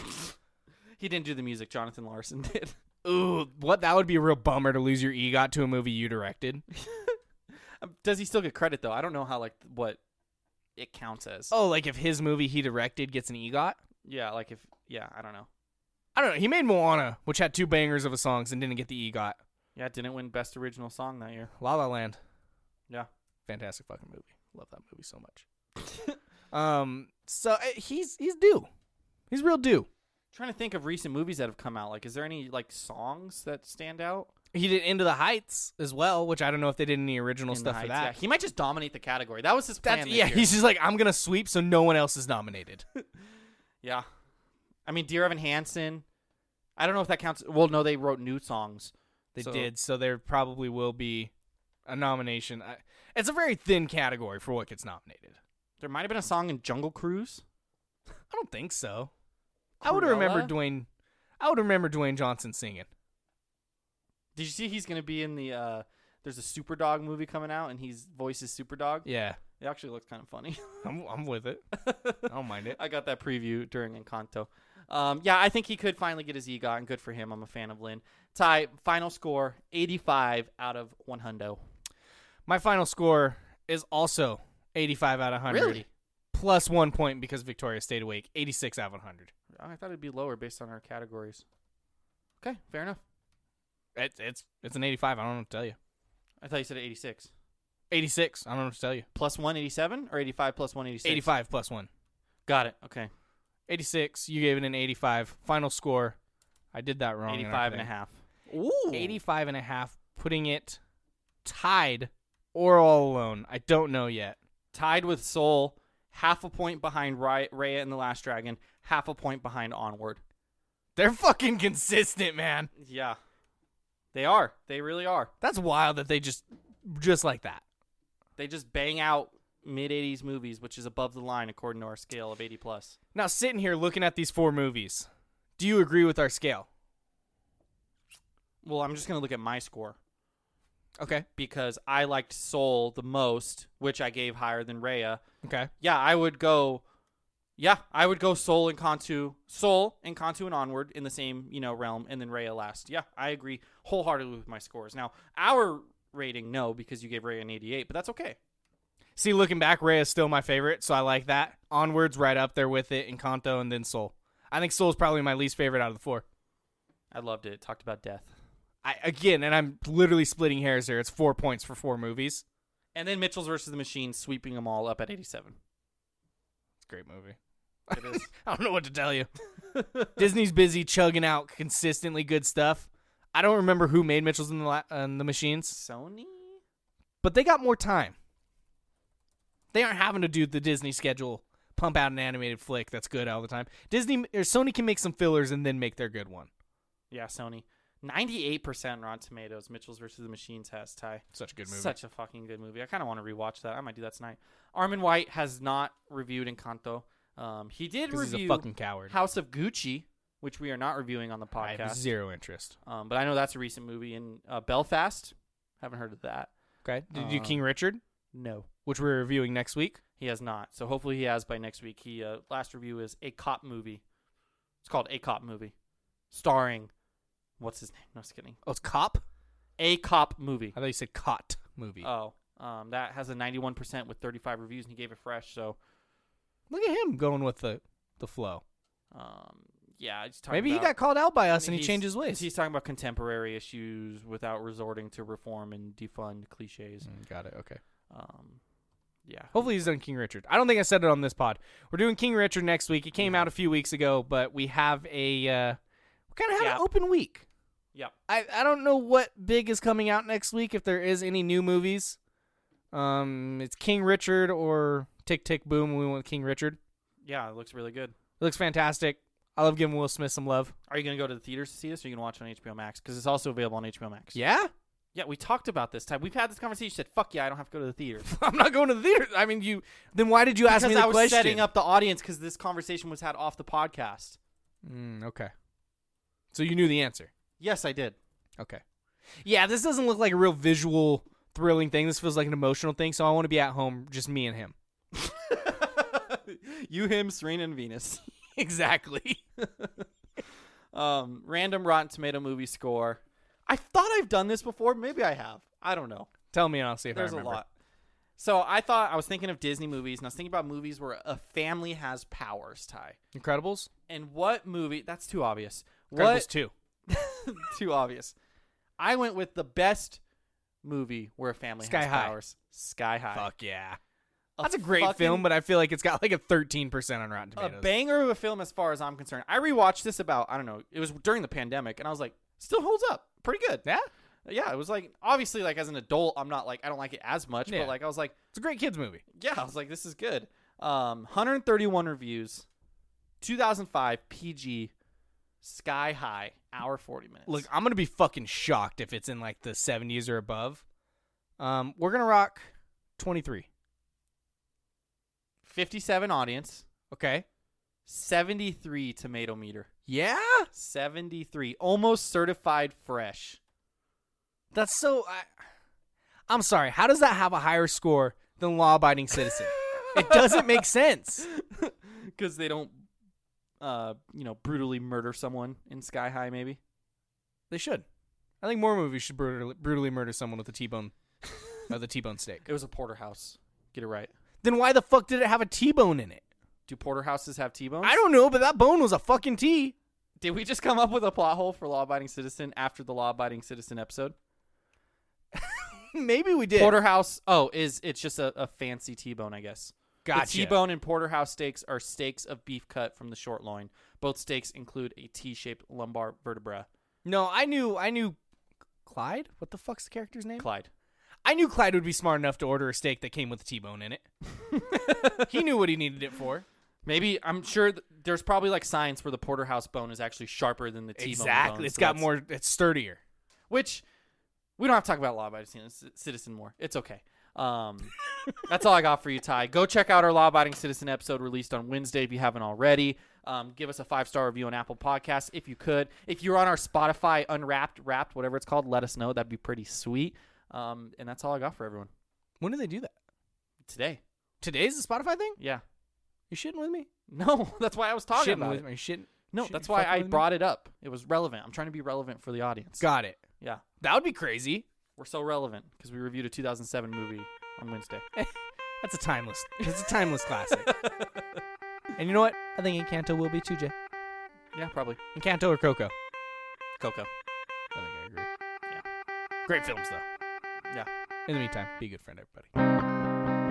S1: he didn't do the music. Jonathan Larson did.
S2: ooh, what that would be a real bummer to lose your EGOT to a movie you directed.
S1: Um, Does he still get credit though? I don't know how like what it counts as.
S2: Oh, like if his movie he directed gets an EGOT?
S1: Yeah, like if yeah, I don't know.
S2: I don't know. He made Moana, which had two bangers of a songs and didn't get the EGOT.
S1: Yeah, it didn't win best original song that year.
S2: La La Land,
S1: Yeah.
S2: fantastic fucking movie. Love that movie so much. um, so uh, he's he's due. He's real due.
S1: trying to think of recent movies that have come out. Like, is there any like songs that stand out?
S2: He did Into the Heights as well, which I don't know if they did any original
S1: in the
S2: stuff for
S1: Heights?
S2: that.
S1: Yeah, he might just dominate the category. That was his plan.
S2: That's,
S1: this
S2: yeah,
S1: year.
S2: he's just like I'm gonna sweep so no one else is nominated.
S1: yeah. I mean, Dear Evan Hansen. I don't know if that counts. Well, no, they wrote new songs.
S2: They
S1: So-
S2: did, so there probably will be a nomination. I, it's a very thin category for what gets nominated.
S1: There might have been a song in Jungle Cruise.
S2: I don't think so. I would remember
S1: Cruella?
S2: Dwayne. I would remember Dwayne Johnson singing.
S1: Did you see he's gonna be in the uh There's a Superdog movie coming out, and he's voices Superdog.
S2: Yeah,
S1: It actually looks kind of funny.
S2: I'm I'm with it. I don't mind it.
S1: I got that preview during Encanto. Um, yeah, I think he could finally get his E EGOT, and good for him. I'm a fan of Lynn. Ty, final score 85 out of 100.
S2: My final score is also 85 out of 100.
S1: Really?
S2: Plus one point because Victoria stayed awake. 86 out of 100.
S1: I thought it'd be lower based on our categories. Okay, fair enough.
S2: It's it's it's an 85. I don't know what to tell you.
S1: I thought you said 86.
S2: 86. I don't know what to tell you.
S1: Plus 187 or 85 plus 186?
S2: 85 plus one.
S1: Got it. Okay.
S2: 86. You gave it an 85. Final score. I did that wrong. in our
S1: 85 and a
S2: thing.
S1: half.
S2: 85 and a half, putting it tied or all alone. I don't know yet.
S1: Tied with Soul, half a point behind Raya, Raya and the Last Dragon, half a point behind Onward.
S2: They're fucking consistent, man.
S1: Yeah. They are. They really are.
S2: That's wild that they just just like that.
S1: They just bang out mid 80s movies, which is above the line according to our scale of 80 plus.
S2: Now sitting here looking at these four movies, do you agree with our scale?
S1: Well, I'm just going to look at my score
S2: Okay.
S1: because I liked Soul the most, which I gave higher than Raya.
S2: Okay.
S1: Yeah, I would go. Yeah, I would go Soul and Kantu, Soul and Kantu and onward in the same you know realm, and then Raya last. Yeah, I agree wholeheartedly with my scores. Now our rating, no, because you gave Raya an 88, but that's okay.
S2: See, looking back, Ray is still my favorite, so I like that. Onwards, right up there with it, Encanto, and then Soul. I think Soul is probably my least favorite out of the four.
S1: I loved it. It talked about death,
S2: I again, and I'm literally splitting hairs here. It's four points for four movies.
S1: and then Mitchell's versus the Machine, sweeping them all up at 87.
S2: It's a great movie. I don't know what to tell you. Disney's busy chugging out consistently good stuff. I don't remember who made Mitchell's and the, La- and the Machines,
S1: Sony.
S2: but they got more time. They aren't having to do the Disney schedule, pump out an animated flick that's good all the time. Disney or Sony can make some fillers and then make their good one.
S1: Yeah, Sony. 98% Rotten Tomatoes. Mitchell's versus the Machines has Ty.
S2: Such a good movie.
S1: Such a fucking good movie. I kind of want to rewatch that. I might do that tonight. Armin White has not reviewed Encanto. Um, he did
S2: 'Cause he's
S1: review
S2: a fucking coward.
S1: House of Gucci, which we are not reviewing on the
S2: I have
S1: podcast.
S2: zero interest.
S1: Um, but I know that's a recent movie. In uh, Belfast, haven't heard of that.
S2: Okay. Did you
S1: Uh,
S2: do King Richard,
S1: No,
S2: which we're reviewing next week?
S1: he has not. So hopefully he has by next week. He uh, last review is a cop movie. It's called a cop movie, starring what's his name? No, just kidding.
S2: Oh, it's Cop.
S1: A cop movie.
S2: I thought you said Cot movie.
S1: Oh, um, that has a 91% with 35 reviews, and he gave it fresh. So,
S2: Look at him going with the the flow.
S1: um, yeah, he's talking
S2: Maybe he
S1: about,
S2: got called out by us and he
S1: he's-
S2: changed his ways.
S1: He's talking about contemporary issues without resorting to reform and defund cliches.
S2: Mm, got it. Okay.
S1: Um, yeah,
S2: Hopefully he's done King Richard. I don't think I said it on this pod. We're doing King Richard next week. It came out a few weeks ago, but we have a uh, we kind of have
S1: Gap.
S2: an open week.
S1: yeah.
S2: I I don't know what big is coming out next week if there is any new movies. Um, it's King Richard or Tick Tick Boom. We went with King Richard.
S1: Yeah, it looks really good.
S2: It looks fantastic. I love giving Will Smith some love.
S1: Are you going to go to the theaters to see this, or you going to watch it on HBO Max? Because it's also available on HBO Max.
S2: Yeah,
S1: Yeah, we talked about this time. We've had this conversation. You said, fuck yeah, I don't have to go to the theater.
S2: I'm not going to the theater. I mean, you. Then why did you ask me
S1: because
S2: the
S1: I was
S2: question?
S1: setting up the audience because this conversation was had off the podcast.
S2: Mm, okay. So you knew the answer.
S1: Yes, I did.
S2: Okay. Yeah, this doesn't look like a real visual thrilling thing. This feels like an emotional thing. So I want to be at home, just me and him.
S1: you, him, Serena, and Venus.
S2: Exactly.
S1: Um, random Rotten Tomato movie score. I thought I've done this before. Maybe I have. I don't know.
S2: Tell me and I'll see if
S1: There's
S2: I
S1: a
S2: remember.
S1: lot. So I thought I was thinking of Disney movies, and I was thinking about movies where a family has powers. Ty.
S2: Incredibles.
S1: And what movie? That's too obvious.
S2: Incredibles
S1: What?
S2: two.
S1: too obvious. I went with the best movie where a family
S2: Sky
S1: has
S2: High.
S1: powers. Sky High.
S2: Fuck yeah. That's a great film, but I feel like it's got like a 13% on Rotten
S1: a
S2: Tomatoes.
S1: banger of a film as far as I'm concerned. I rewatched this about I don't know. It was during the pandemic, and I was like, still holds up pretty good.
S2: Yeah.
S1: Yeah, it was like obviously like as an adult, I'm not like I don't like it as much,
S2: Yeah.
S1: but like I was like,
S2: It's a great kids movie.
S1: yeah, I was like this is good. Um, 131 reviews, 2005 PG, Sky High, hour 40 minutes.
S2: Look, I'm gonna be fucking shocked if it's in like the 70s or above. Um, we're gonna rock 23.
S1: 57 audience,
S2: Okay.
S1: 73 tomato meter,
S2: Yeah.
S1: 73 almost certified fresh.
S2: That's so. I, I'm sorry. How does that have a higher score than law abiding citizen? it doesn't make sense.
S1: because they don't, uh, you know, brutally murder someone in Sky High. Maybe
S2: They should. I think more movies should brutally, brutally murder someone with a T-bone, or the T-bone steak.
S1: it was a porterhouse. Get it right.
S2: Then why the fuck did it have a T-bone in it?
S1: Do porterhouses have T-bones?
S2: I don't know, but that bone was a fucking T.
S1: Did we just come up with a plot hole for Law Abiding Citizen after the Law Abiding Citizen episode?
S2: Maybe we did.
S1: Porterhouse. Oh, is it's just a, a fancy T-bone, I guess.
S2: Gotcha.
S1: The T-bone and porterhouse steaks are steaks of beef cut from the short loin. Both steaks include a T-shaped lumbar vertebra.
S2: No, I knew. I knew. Clyde? What the fuck's the character's name?
S1: Clyde.
S2: I knew Clyde would be smart enough to order a steak that came with a T-bone in it. he knew what he needed it for.
S1: Maybe I'm sure th- there's probably like science where the porterhouse bone is actually sharper than the T-bone. bone,
S2: It's
S1: so
S2: got
S1: that's-
S2: more. It's sturdier.
S1: Which we don't have to talk about law abiding citizen- citizen more. It's okay. Um, that's all I got for you, Ty. Go check out our law abiding citizen episode released on Wednesday if you haven't already. Um, give us a five star review on Apple Podcasts if you could. If you're on our Spotify Unwrapped, Wrapped, whatever it's called, let us know. That'd be pretty sweet. Um, and that's all I got for everyone
S2: When do they do that?
S1: today.
S2: Today's the Spotify thing?
S1: Yeah.
S2: You shitting with me?
S1: No, that's why I was talking
S2: shitting
S1: about
S2: with
S1: it.
S2: me? Shitting.
S1: No,
S2: shitting
S1: that's why
S2: fucking
S1: I
S2: with me?
S1: brought it up. It was relevant. I'm trying to be relevant for the audience.
S2: Got it.
S1: Yeah.
S2: That would be crazy.
S1: We're so relevant because we reviewed a 2007 movie on Wednesday.
S2: That's a timeless. It's a timeless classic. And you know what? I think Encanto will be too, Jay.
S1: yeah, probably.
S2: Encanto or Coco?
S1: Coco.
S2: I think I agree. Yeah. Great films though.
S1: Yeah.
S2: In the meantime, be a good friend, everybody.